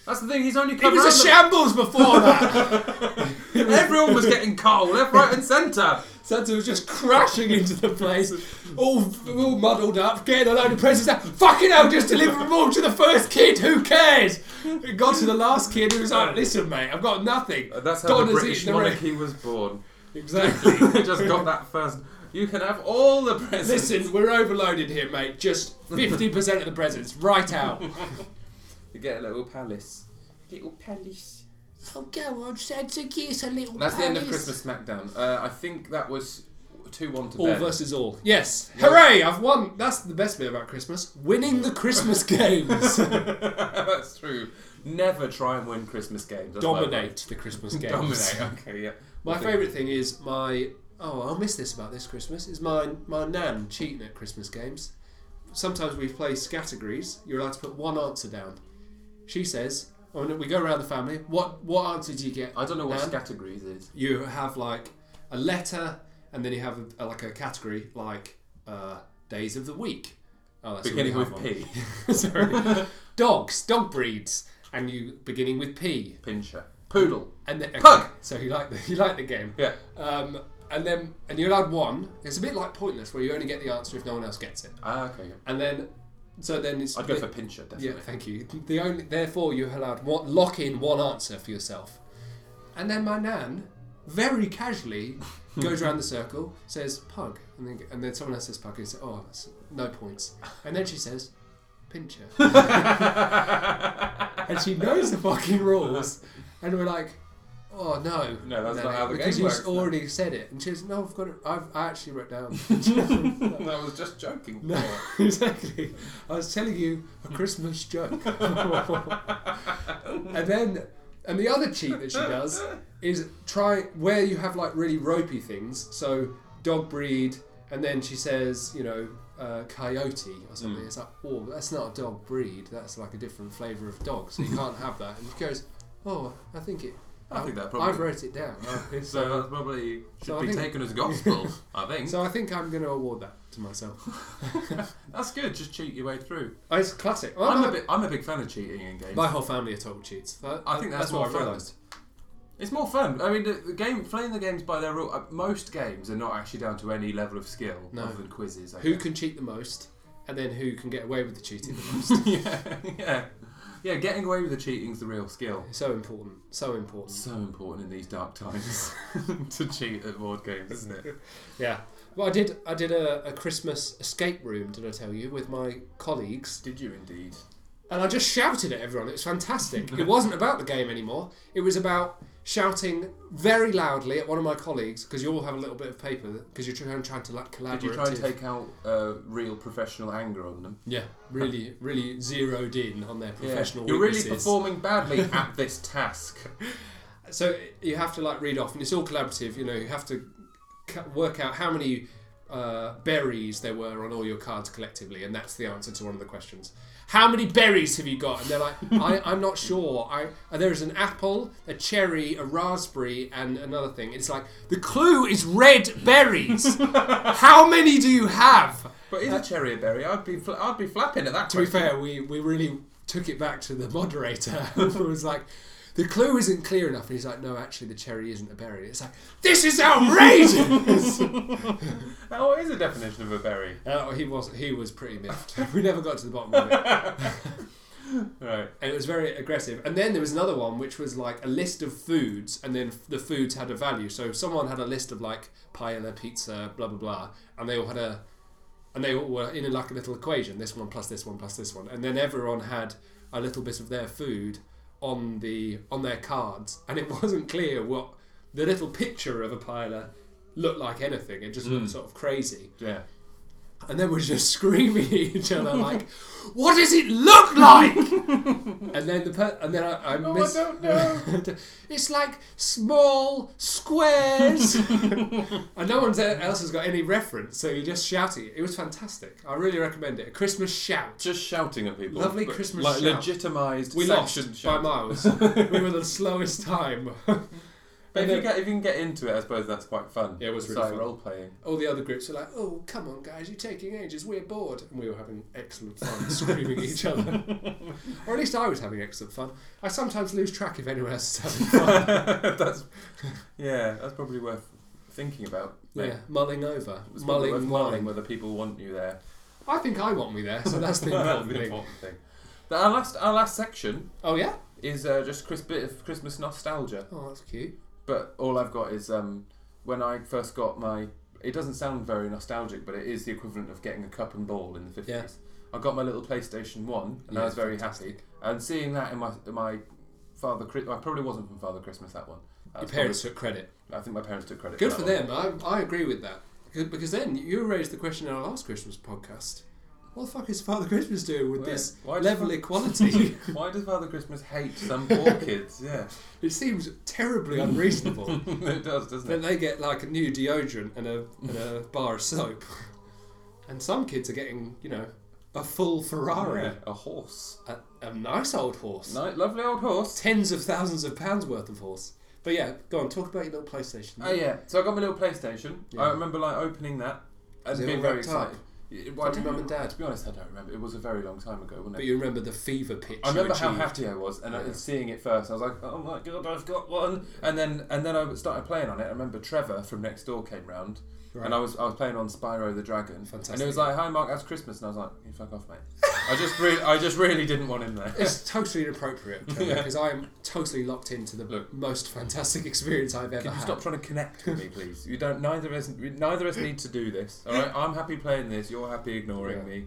Speaker 4: That's the thing. He's only
Speaker 3: it
Speaker 4: covered.
Speaker 3: was a
Speaker 4: up
Speaker 3: shambles before that.
Speaker 4: the- Everyone was getting cold, left, right, and centre.
Speaker 3: Santa was just crashing into the place, all all muddled up, getting a load of presents out. Fucking hell, just deliver them all to the first kid. Who cares? It got to the last kid who was like, listen, mate, I've got nothing.
Speaker 4: And Uh, That's how
Speaker 3: Donna's
Speaker 4: the British
Speaker 3: eating the red-
Speaker 4: monarchy was born.
Speaker 3: Exactly.
Speaker 4: They just got that first. You can have all the presents.
Speaker 3: Listen, we're overloaded here, mate. Just 50% of the presents, right out.
Speaker 4: You get a little palace. Little palace.
Speaker 5: Oh, go on, Santa, kiss a little
Speaker 4: That's the end of
Speaker 5: palace.
Speaker 4: Christmas SmackDown. Uh, I think that was two one to
Speaker 3: All
Speaker 4: bed.
Speaker 3: versus all. Yes. Hooray! I've won. That's the best bit about Christmas. Winning the Christmas games.
Speaker 4: That's true. Never try and win Christmas games. That's my
Speaker 3: Dominate the Christmas games.
Speaker 4: advice. Dominate. Okay, yeah.
Speaker 3: My
Speaker 4: Nothing-
Speaker 3: favourite thing is my oh I'll miss this about this Christmas is my my nan cheating at Christmas games. Sometimes we play categories. You're allowed to put one answer down. She says, "Oh, no, we go around the family. What what answer do you get?"
Speaker 4: I don't know what
Speaker 3: Nan?
Speaker 4: categories is.
Speaker 3: you have like a letter, and then you have a, like a category like uh, days of the week. Oh, that's a really
Speaker 4: Beginning with
Speaker 3: hard
Speaker 4: P.
Speaker 3: one. Sorry, dogs, dog breeds, and you beginning with P.
Speaker 4: Pincher. Poodle.
Speaker 3: And then,
Speaker 4: Pug!
Speaker 3: So you like the, you like the game.
Speaker 4: Yeah.
Speaker 3: Um, and then and you're allowed one. It's a bit like pointless, where you only get the answer if no one else gets it.
Speaker 4: Ah, okay. yeah.
Speaker 3: And then, so then it's.
Speaker 4: I'd go
Speaker 3: the-
Speaker 4: for Pincher, definitely.
Speaker 3: Yeah, thank you. The only therefore you're allowed one, lock in one answer for yourself. And then my nan, very casually, goes around the circle, says pug, and then and then someone else says pug, and says oh that's no points, and then she says pincher, and she knows the fucking rules, and we're like. Oh no!
Speaker 4: No, that's not
Speaker 3: Nanny,
Speaker 4: how the
Speaker 3: because
Speaker 4: game
Speaker 3: you've
Speaker 4: works, no."
Speaker 3: already said it, and she says, "No, I've got it. I've I actually wrote down."
Speaker 4: I was just joking.
Speaker 3: No, exactly. I was telling you a Christmas joke. and then, and the other cheat that she does is try where you have like really ropey things. So dog breed, and then she says, you know, uh, coyote or
Speaker 4: Mm.
Speaker 3: something. It's like, oh, that's not a dog breed. That's like a different flavour of dog. So you can't have that. And she goes, oh, I think it.
Speaker 4: I think that
Speaker 3: I
Speaker 4: probably.
Speaker 3: wrote it down. It's,
Speaker 4: so that's probably should
Speaker 3: So I
Speaker 4: be
Speaker 3: think-
Speaker 4: taken as gospel. I think
Speaker 3: so I think I'm going to award that to myself.
Speaker 4: that's good. Just cheat your way through.
Speaker 3: Oh, it's classic. Oh,
Speaker 4: I'm
Speaker 3: no.
Speaker 4: a bit. I'm a big fan of cheating in games.
Speaker 3: My whole family are total cheats. That-
Speaker 4: I think that's,
Speaker 3: what, I
Speaker 4: more fun.
Speaker 3: realised.
Speaker 4: It's more fun. I mean, the, the game playing the games by their rule. Uh, most games are not actually down to any level of skill
Speaker 3: No.
Speaker 4: other than quizzes. I
Speaker 3: Who
Speaker 4: guess.
Speaker 3: can cheat the most, and then who can get away with the cheating the most.
Speaker 4: yeah, yeah, yeah. Getting away with the cheating's the real skill.
Speaker 3: so important. So important.
Speaker 4: So important in these dark times to cheat at board games, isn't it?
Speaker 3: Yeah. Well, I did. I did a, a Christmas escape room. Did I tell you with my colleagues?
Speaker 4: Did you indeed?
Speaker 3: And I just shouted at everyone. It was fantastic. it wasn't about the game anymore. It was about shouting very loudly at one of my colleagues because you all have a little bit of paper because you're trying, trying to like collaborate.
Speaker 4: Did you try and take out uh, real professional anger on them?
Speaker 3: Yeah, really, really zeroed in on their professional.
Speaker 4: You're really
Speaker 3: weaknesses.
Speaker 4: performing badly at this task.
Speaker 3: So you have to like read off, and it's all collaborative. You know, you have to c- work out how many uh, berries there were on all your cards collectively, and that's the answer to one of the questions. How many berries have you got? And they're like, I, I'm not sure. I uh, there is an apple, a cherry, a raspberry, and another thing. It's like the clue is red berries. how many do you have?
Speaker 4: But is a cherry a berry? I'd be fl- I'd be flapping at that.
Speaker 3: To be
Speaker 4: question.
Speaker 3: fair, we, we really took it back to the moderator who was like, the clue isn't clear enough. And he's like, no, actually, the cherry isn't a berry. It's like, this is outrageous!
Speaker 4: Now, what is the definition of a berry?
Speaker 3: uh, he, was, he was pretty miffed. We never got to the bottom of it.
Speaker 4: Right.
Speaker 3: And it was very aggressive. And then there was another one which was like a list of foods, and then the foods had a value. So if someone had a list of like paella, pizza, blah, blah, blah, and they all had a. And they all were in like a little equation this one plus this one plus this one. And then everyone had a little bit of their food on the on their cards, and it wasn't clear what the little picture of a paella looked like anything. It just looked sort of crazy.
Speaker 4: Yeah.
Speaker 3: And then we're just screaming at each other like, "What does it look like?" and then the per- and then I, I miss.
Speaker 4: don't know.
Speaker 3: it's like small squares, and no one else has got any reference, so you're just shouting. it. It was fantastic. I really recommend it. A Christmas shout.
Speaker 4: Just shouting at people.
Speaker 3: Lovely
Speaker 4: but
Speaker 3: Christmas
Speaker 4: Like
Speaker 3: shout.
Speaker 4: legitimised.
Speaker 3: We
Speaker 4: section
Speaker 3: lost by
Speaker 4: shout.
Speaker 3: miles. we were the slowest time.
Speaker 4: But if
Speaker 3: And
Speaker 4: you,
Speaker 3: then-
Speaker 4: get, if you can get into it, I suppose that's quite fun.
Speaker 3: Yeah, it was
Speaker 4: It's
Speaker 3: really
Speaker 4: like
Speaker 3: fun.
Speaker 4: role playing.
Speaker 3: all the other groups were like, "Oh, come on, guys, you're taking ages. We're bored," and we were having excellent fun screaming at each other. or at least I was having excellent fun. I sometimes lose track if anyone else is having fun.
Speaker 4: that's yeah. That's probably worth thinking about. mate.
Speaker 3: yeah, mulling over,
Speaker 4: It's probably worth
Speaker 3: mulling,
Speaker 4: mulling
Speaker 3: mulling.
Speaker 4: whether people want you there.
Speaker 3: I think I want me there, so that's the
Speaker 4: that's
Speaker 3: important
Speaker 4: the
Speaker 3: thing.
Speaker 4: important thing. Now, Our last our last section
Speaker 3: Oh yeah,
Speaker 4: is uh, just Chris bit of Christmas nostalgia.
Speaker 3: oh that's cute.
Speaker 4: But all I've got is um, when I first got my. It doesn't sound very nostalgic, but it is the equivalent of getting a cup and ball in the fifties.
Speaker 3: Yeah.
Speaker 4: I got my little PlayStation One, and
Speaker 3: Yeah,
Speaker 4: I was very
Speaker 3: fantastic.
Speaker 4: happy. And seeing that in my in my Father Chris, I probably wasn't from Father Christmas that one. That
Speaker 3: Your
Speaker 4: was
Speaker 3: parents took credit.
Speaker 4: probably- I think my parents took credit.
Speaker 3: Good
Speaker 4: for,
Speaker 3: for
Speaker 4: that
Speaker 3: them. I, I agree with that Good- because then you raised the question in our last Christmas podcast what the fuck is Father Christmas doing with
Speaker 4: Wait,
Speaker 3: this
Speaker 4: why does
Speaker 3: level
Speaker 4: Fa-
Speaker 3: equality?
Speaker 4: Why does Father Christmas hate some poor kids? Yeah,
Speaker 3: it seems terribly unreasonable.
Speaker 4: it does, doesn't
Speaker 3: then
Speaker 4: it?
Speaker 3: they get like a new deodorant and a, and a bar of soap. And some kids are getting, you know, a full Ferrari,
Speaker 4: Yeah, a horse.
Speaker 3: a, a nice old horse,
Speaker 4: Nice, lovely old horse.
Speaker 3: tens of thousands of pounds worth of horse. But yeah, go on, talk about your little PlayStation.
Speaker 4: Oh yeah. So I got my little PlayStation. I
Speaker 3: Yeah.
Speaker 4: remember like opening that
Speaker 3: Was
Speaker 4: and
Speaker 3: it
Speaker 4: being
Speaker 3: all
Speaker 4: very
Speaker 3: wrapped up?
Speaker 4: excited. Yeah, well, I
Speaker 3: From mum
Speaker 4: don't remember-
Speaker 3: and dad?
Speaker 4: To be honest, I don't remember. It was a very long time ago, wasn't it?
Speaker 3: But you remember the fever pitch.
Speaker 4: I remember
Speaker 3: you
Speaker 4: how
Speaker 3: achieved.
Speaker 4: happy I was, and
Speaker 3: Yeah.
Speaker 4: I, seeing it first, I was like, "Oh my god, I've got one!" And then, and then I started playing on it. I remember Trevor from next door came round,
Speaker 3: Right.
Speaker 4: and I was I was playing on Spyro the Dragon, and
Speaker 3: Fantastic.
Speaker 4: it was like, "Hi, Mark, that's Christmas," and I was like, "You fuck off, mate." I just really, I just really didn't want him there.
Speaker 3: It's totally inappropriate because I am totally locked into the
Speaker 4: Look.
Speaker 3: most fantastic experience I've ever
Speaker 4: Can you
Speaker 3: had.
Speaker 4: stop trying to connect with me, please? You don't. Neither of us. we- Neither of us need to do this. All right. I'm happy playing this. You're happy ignoring
Speaker 3: Yeah.
Speaker 4: me.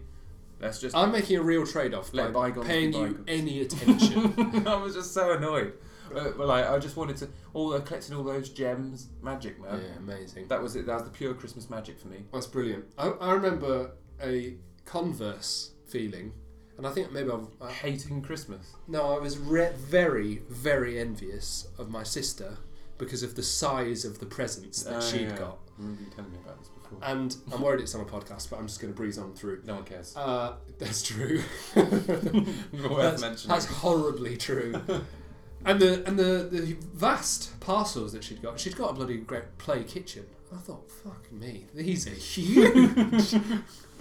Speaker 4: Let's just.
Speaker 3: I'm making a real trade-off
Speaker 4: Let
Speaker 3: by
Speaker 4: bygones be
Speaker 3: paying you
Speaker 4: bygones.
Speaker 3: any attention.
Speaker 4: I was just so annoyed. But, but like, I just wanted to. All the collecting all those gems, magic man.
Speaker 3: yeah, amazing.
Speaker 4: That was it. That was the pure Christmas magic for me.
Speaker 3: That's brilliant. I, I remember a Converse feeling, and I think maybe I've, I,
Speaker 4: Hating Christmas.
Speaker 3: no, I was re- very, very envious of my sister because of the size of the presents that
Speaker 4: Oh,
Speaker 3: she'd
Speaker 4: yeah.
Speaker 3: got.
Speaker 4: I remember you telling me about this before.
Speaker 3: And I'm worried it's on a podcast, but I'm just going to breeze on through.
Speaker 4: no one cares.
Speaker 3: Uh, that's true.
Speaker 4: Not worth
Speaker 3: that's,
Speaker 4: mentioning.
Speaker 3: that's horribly true. and the and the, the vast parcels that she'd got, she'd got a bloody great play kitchen. I thought, fuck me, these are huge.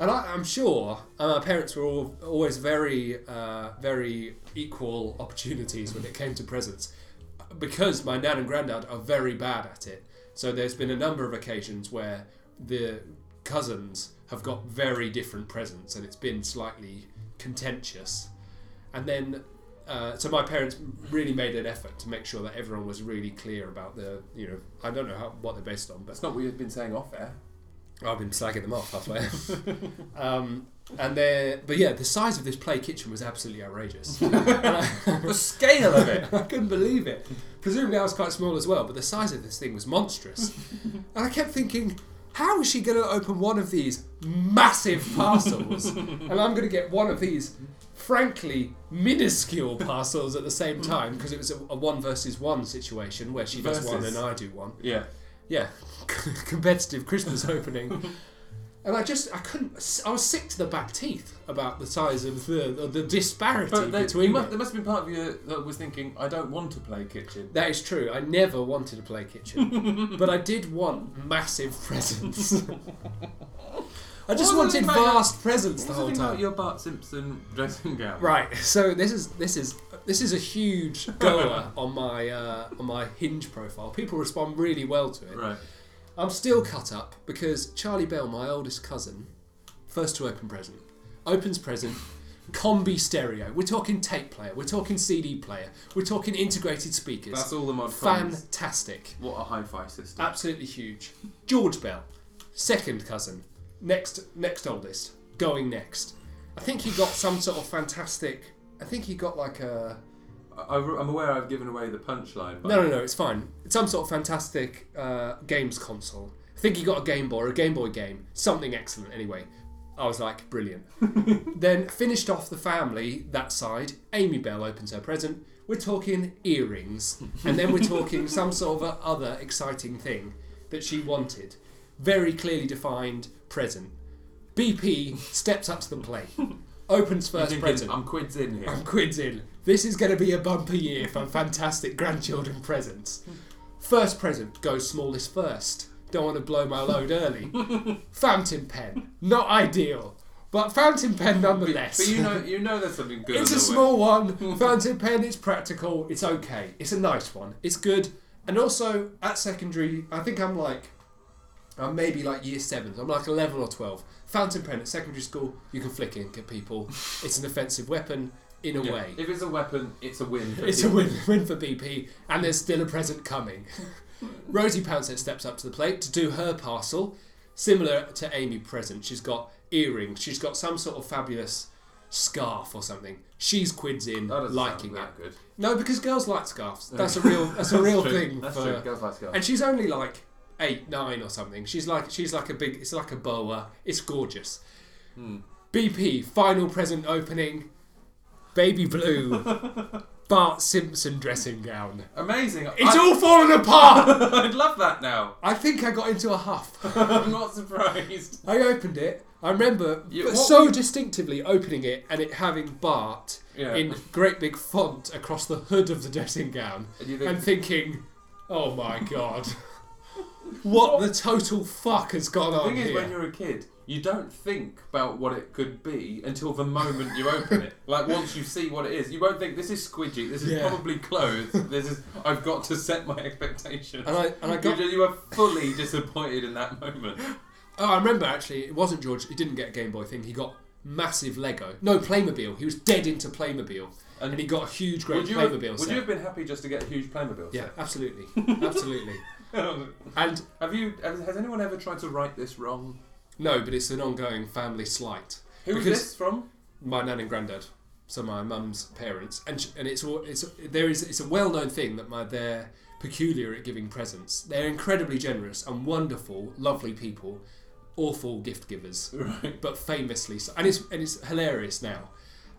Speaker 3: and I, I'm sure uh, my parents were all, always very uh, very equal opportunities when it came to presents, because my dad and granddad are very bad at it. So there's been a number of occasions where the cousins have got very different presents, and it's been slightly contentious. And then, uh, so my parents really made an effort to make sure that everyone was really clear about the, you know, I don't know how, what they're based on, but
Speaker 4: That's not what you've been saying off air.
Speaker 3: I've been slagging them off halfway. um, and they but yeah, the size of this play kitchen was absolutely outrageous. And I-
Speaker 4: the scale of it.
Speaker 3: I couldn't believe it. Presumably, I was quite small as well, but the size of this thing was monstrous. and I kept thinking, how is she going to open one of these massive parcels? and I'm going to get one of these, frankly, minuscule parcels at the same time because it was a, a one versus one situation where she does one
Speaker 4: Versus.
Speaker 3: and I do one
Speaker 4: Yeah.
Speaker 3: yeah, competitive Christmas opening. And I just, I couldn't, I was sick to the back teeth about the size of the, of the disparity
Speaker 4: But they,
Speaker 3: between
Speaker 4: you must,
Speaker 3: it.
Speaker 4: there must have been part of you that was thinking, I don't want to play kitchen.
Speaker 3: That is true. I never wanted to play kitchen, but I did want massive presents. I just
Speaker 4: What was it
Speaker 3: wanted
Speaker 4: about
Speaker 3: vast presents the
Speaker 4: What's the
Speaker 3: whole
Speaker 4: thing
Speaker 3: time.
Speaker 4: about your Bart Simpson dressing gown?
Speaker 3: Right. So this is this is this is a huge goer on my uh, on my Hinge profile. People respond really well to it.
Speaker 4: Right.
Speaker 3: I'm still cut up because Charlie Bell, my oldest cousin, first to open present, opens present, combi stereo. We're talking tape player. We're talking CD player. We're talking integrated speakers.
Speaker 4: That's all the mod cons.
Speaker 3: Fantastic.
Speaker 4: What a hi-fi system.
Speaker 3: Absolutely huge. George Bell, second cousin, next next oldest, going next. I think he got some sort of fantastic. I think he got like a
Speaker 4: I, I- I'm aware I've given away the punchline. But
Speaker 3: no no no. It's fine. It's some sort of fantastic uh, games console. I think he got a Game Boy, a Game Boy game, something excellent. Anyway, I was like brilliant. then finished off the family that side. Amy Bell opens her present. We're talking earrings, and then we're talking some sort of a other exciting thing that she wanted. Very clearly defined present. BP steps up to the plate, opens
Speaker 4: I'm
Speaker 3: first
Speaker 4: thinking,
Speaker 3: present.
Speaker 4: I'm quids in here.
Speaker 3: I'm quids in. This is going to be a bumper year for fantastic grandchildren presents. First present goes smallest first. Don't want to blow my load early. fountain pen, not ideal, but fountain pen nonetheless.
Speaker 4: But you know, you know, there's something good.
Speaker 3: it's
Speaker 4: on
Speaker 3: a
Speaker 4: the way.
Speaker 3: small one. Fountain pen. It's practical. It's okay. It's a nice one. It's good. And also at secondary, I think I'm like, I'm maybe like year seven. I'm like eleven or twelve. Fountain pen at secondary school, you can flick it at people. It's an offensive weapon in a
Speaker 4: Yeah.
Speaker 3: way.
Speaker 4: If it's a weapon, it's a win. for
Speaker 3: It's a
Speaker 4: people.
Speaker 3: win, win for BP, and there's still a present coming. Rosie Pouncett steps up to the plate to do her parcel. Similar to Amy Present, she's got earrings, she's got some sort of fabulous scarf or something. She's quids in,
Speaker 4: That doesn't
Speaker 3: liking it.
Speaker 4: sound that good.
Speaker 3: No, because girls like scarves. That's a real, that's a real
Speaker 4: true.
Speaker 3: thing.
Speaker 4: That's
Speaker 3: for,
Speaker 4: true. Girls like scarves.
Speaker 3: And she's only like eight, nine or something. She's like, she's like a big, it's like a boa. It's gorgeous.
Speaker 4: Hmm.
Speaker 3: BP final present opening. Baby blue. Bart Simpson dressing gown.
Speaker 4: Amazing.
Speaker 3: It's
Speaker 4: I,
Speaker 3: all fallen apart.
Speaker 4: I'd love that now.
Speaker 3: I think I got into a huff.
Speaker 4: I'm not surprised.
Speaker 3: I opened it. I remember
Speaker 4: You-
Speaker 3: but
Speaker 4: what
Speaker 3: so distinctively opening it and it having Bart
Speaker 4: Yeah.
Speaker 3: in great big font across the hood of the dressing gown
Speaker 4: And you think-
Speaker 3: and thinking, oh my god, what the total fuck has gone
Speaker 4: The
Speaker 3: on
Speaker 4: thing is, when
Speaker 3: here?
Speaker 4: you're a kid, you don't think about what it could be until the moment you open it. Like once you see what it is, you won't think this is squidgy. This is
Speaker 3: Yeah.
Speaker 4: probably clothes. This is I've got to set my expectations.
Speaker 3: And I, and I
Speaker 4: you,
Speaker 3: got.
Speaker 4: ju- you are fully disappointed in that moment.
Speaker 3: Oh, I remember actually, it wasn't George, he didn't get a Game Boy thing, he got massive Lego. No, Playmobil. He was dead into Playmobil. And,
Speaker 4: And
Speaker 3: he got a huge, great
Speaker 4: would you have,
Speaker 3: Playmobil
Speaker 4: would
Speaker 3: set.
Speaker 4: you have been happy just to get a huge Playmobil?
Speaker 3: yeah,
Speaker 4: set?
Speaker 3: absolutely. absolutely. And
Speaker 4: have you? Has has anyone ever tried to write this wrong?
Speaker 3: no, but it's an ongoing family slight.
Speaker 4: Who is
Speaker 3: Because-
Speaker 4: this from?
Speaker 3: my nan and granddad, so my mum's parents, and sh- and it's all it's there is it's a well known thing that my they're peculiar at giving presents. They're incredibly generous and wonderful, lovely people, awful gift givers,
Speaker 4: Right.
Speaker 3: but famously so. And it's and it's hilarious now.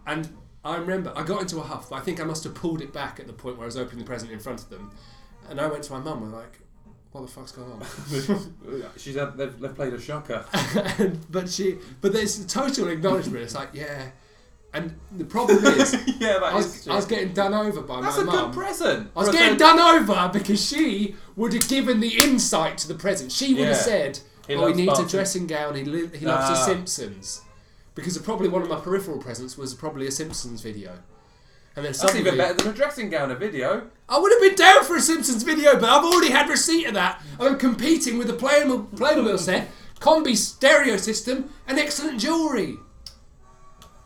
Speaker 3: And I remember I got into a huff, but I think I must have pulled it back at the point where I was opening the present in front of them, and I went to my mum and like, what the fuck's going on?
Speaker 4: She's had, they've, they've played a shocker.
Speaker 3: and, but she but there's total acknowledgement. It's like yeah, and the problem is.
Speaker 4: yeah, that
Speaker 3: I was,
Speaker 4: is
Speaker 3: I was getting done over by
Speaker 4: That's
Speaker 3: my
Speaker 4: a
Speaker 3: mum.
Speaker 4: good present.
Speaker 3: I was
Speaker 4: For a
Speaker 3: getting
Speaker 4: third-
Speaker 3: done over because she would have given the insight to the present. She would have
Speaker 4: Yeah.
Speaker 3: said,
Speaker 4: He
Speaker 3: "Oh, he
Speaker 4: loves
Speaker 3: needs
Speaker 4: Barton."
Speaker 3: a dressing gown. He, li- he loves
Speaker 4: Ah.
Speaker 3: the Simpsons." Because probably one of my peripheral presents was probably a Simpsons video. And then
Speaker 4: That's
Speaker 3: suddenly,
Speaker 4: even better than a dressing gown, a video.
Speaker 3: I would have been down for a Simpsons video, but I've already had receipt of that. And I'm competing with a Playmobil, Playmobil set, combi stereo system, and excellent jewellery.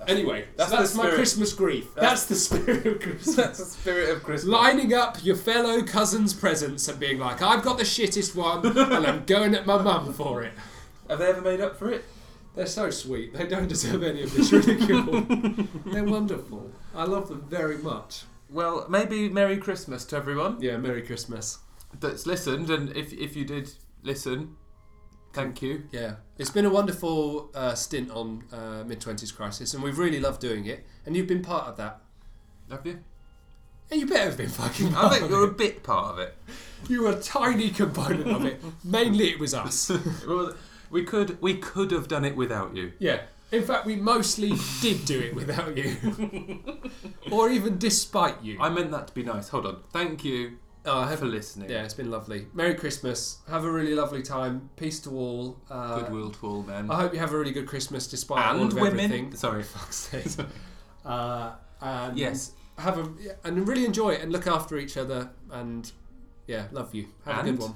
Speaker 3: Anyway,
Speaker 4: That's
Speaker 3: that's,
Speaker 4: the
Speaker 3: that's my
Speaker 4: spirit.
Speaker 3: Christmas grief. That's, the spirit of Christmas.
Speaker 4: That's the spirit of Christmas.
Speaker 3: lining up your fellow cousin's presents and being like, I've got the shittest one and I'm going at my mum for it.
Speaker 4: Have they ever made up for it?
Speaker 3: They're so sweet. They don't deserve any of this ridicule. They're wonderful. I love them very much.
Speaker 4: Well, maybe Merry Christmas to everyone
Speaker 3: Yeah, Merry Christmas.
Speaker 4: that's listened, and if if you did listen, thank you.
Speaker 3: Yeah. It's been a wonderful uh, stint on uh, Mid 20s Crisis and we've really loved doing it and you've been part of that.
Speaker 4: Have you?
Speaker 3: And you better have been fucking
Speaker 4: I
Speaker 3: part
Speaker 4: think
Speaker 3: of
Speaker 4: you're a
Speaker 3: it.
Speaker 4: bit part of it.
Speaker 3: You were a tiny component of it. Mainly it was us.
Speaker 4: Well, We could we could have done it without you.
Speaker 3: Yeah. In fact, we mostly did do it without you. or even despite you.
Speaker 4: I meant that to be nice. Hold on. Thank you
Speaker 3: Oh, I have
Speaker 4: for listening.
Speaker 3: Yeah, it's been lovely. Merry Christmas. Have a really lovely time. Peace to all. Uh,
Speaker 4: Goodwill to all men
Speaker 3: I hope you have a really good Christmas despite all
Speaker 4: and
Speaker 3: of
Speaker 4: women.
Speaker 3: everything.
Speaker 4: Sorry.
Speaker 3: Uh, and
Speaker 4: Yes.
Speaker 3: Have a yeah, and really enjoy it and look after each other and yeah, love you. Have a
Speaker 4: And?
Speaker 3: good one.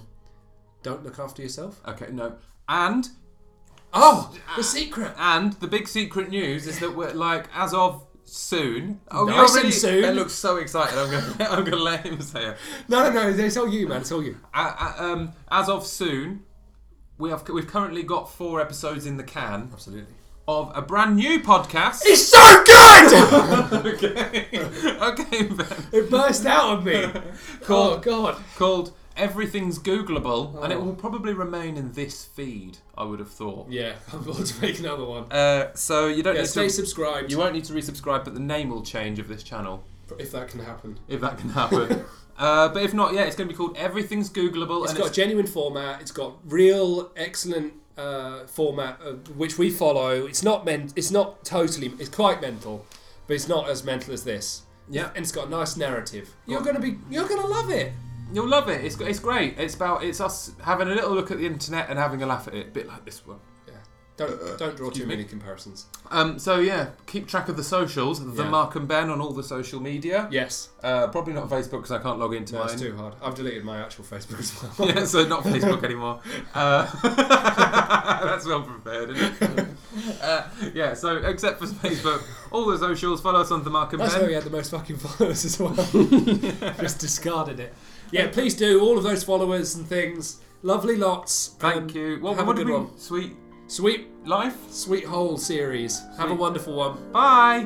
Speaker 3: Don't look after yourself.
Speaker 4: Okay. No. And
Speaker 3: Oh, the secret.
Speaker 4: And the big secret news is that we're like, as of soon. Oh,
Speaker 3: Nice
Speaker 4: you're
Speaker 3: and soon.
Speaker 4: Ben looks so excited. I'm gonna, I'm gonna let him say it.
Speaker 3: No, no, no. It's all you, man. It's all you.
Speaker 4: Uh, uh, um, as of soon, we have we've currently got four episodes in the can
Speaker 3: Absolutely.
Speaker 4: of a brand new podcast.
Speaker 3: It's so good.
Speaker 4: okay, okay, Ben.
Speaker 3: it burst out of me. Oh God.
Speaker 4: Called Everything's Googleable, and it will probably remain in this feed. I would have thought.
Speaker 3: Oh. Yeah, I'm about to make another one.
Speaker 4: Uh, so you don't
Speaker 3: Yeah,
Speaker 4: need
Speaker 3: stay
Speaker 4: to.
Speaker 3: subscribed
Speaker 4: you won't need to resubscribe, but the name will change of this channel.
Speaker 3: if that can happen.
Speaker 4: if that can happen. uh, but if not, yeah, it's going to be called Everything's Googleable.
Speaker 3: It's
Speaker 4: and
Speaker 3: got genuine format. It's got real excellent uh, format uh, which we follow. It's not meant. It's not totally. It's quite mental, but it's not as mental as this.
Speaker 4: Yeah.
Speaker 3: and it's got a nice narrative. You're gonna be. You're gonna love it.
Speaker 4: you'll love it. It's it's great. It's about it's us having a little look at the internet and having a laugh at it, a bit like this one.
Speaker 3: Yeah. Don't don't draw too
Speaker 4: Uh, me.
Speaker 3: many comparisons.
Speaker 4: Um, so yeah, keep track of the socials, the
Speaker 3: Yeah.
Speaker 4: Mark and Ben on all the social media.
Speaker 3: Yes,
Speaker 4: Uh, probably not Facebook because I can't log into
Speaker 3: that's
Speaker 4: mine.
Speaker 3: too hard. I've deleted my actual Facebook as well.
Speaker 4: yeah, so not Facebook anymore. Uh, that's well prepared, isn't it? uh, yeah, so except for Facebook, all the socials, follow us on the Mark and
Speaker 3: That's
Speaker 4: Ben.
Speaker 3: how he had the most fucking followers as well. Just discarded it. Yeah, please do all of those followers and things. Lovely lots. Um,
Speaker 4: Thank you. What,
Speaker 3: have a
Speaker 4: what did
Speaker 3: good
Speaker 4: we?
Speaker 3: one.
Speaker 4: Sweet
Speaker 3: Sweet,
Speaker 4: life.
Speaker 3: sweet whole series. Have a
Speaker 4: Sweet.
Speaker 3: wonderful one.
Speaker 4: Bye.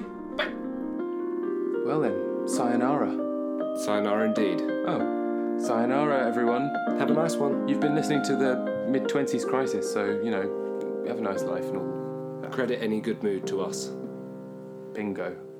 Speaker 1: Well then, sayonara.
Speaker 2: Sayonara indeed.
Speaker 1: Oh, sayonara, everyone.
Speaker 2: Have a nice one.
Speaker 1: You've been listening to the mid 20s crisis, so, you know, have a nice life and all Credit any good mood to us. Bingo.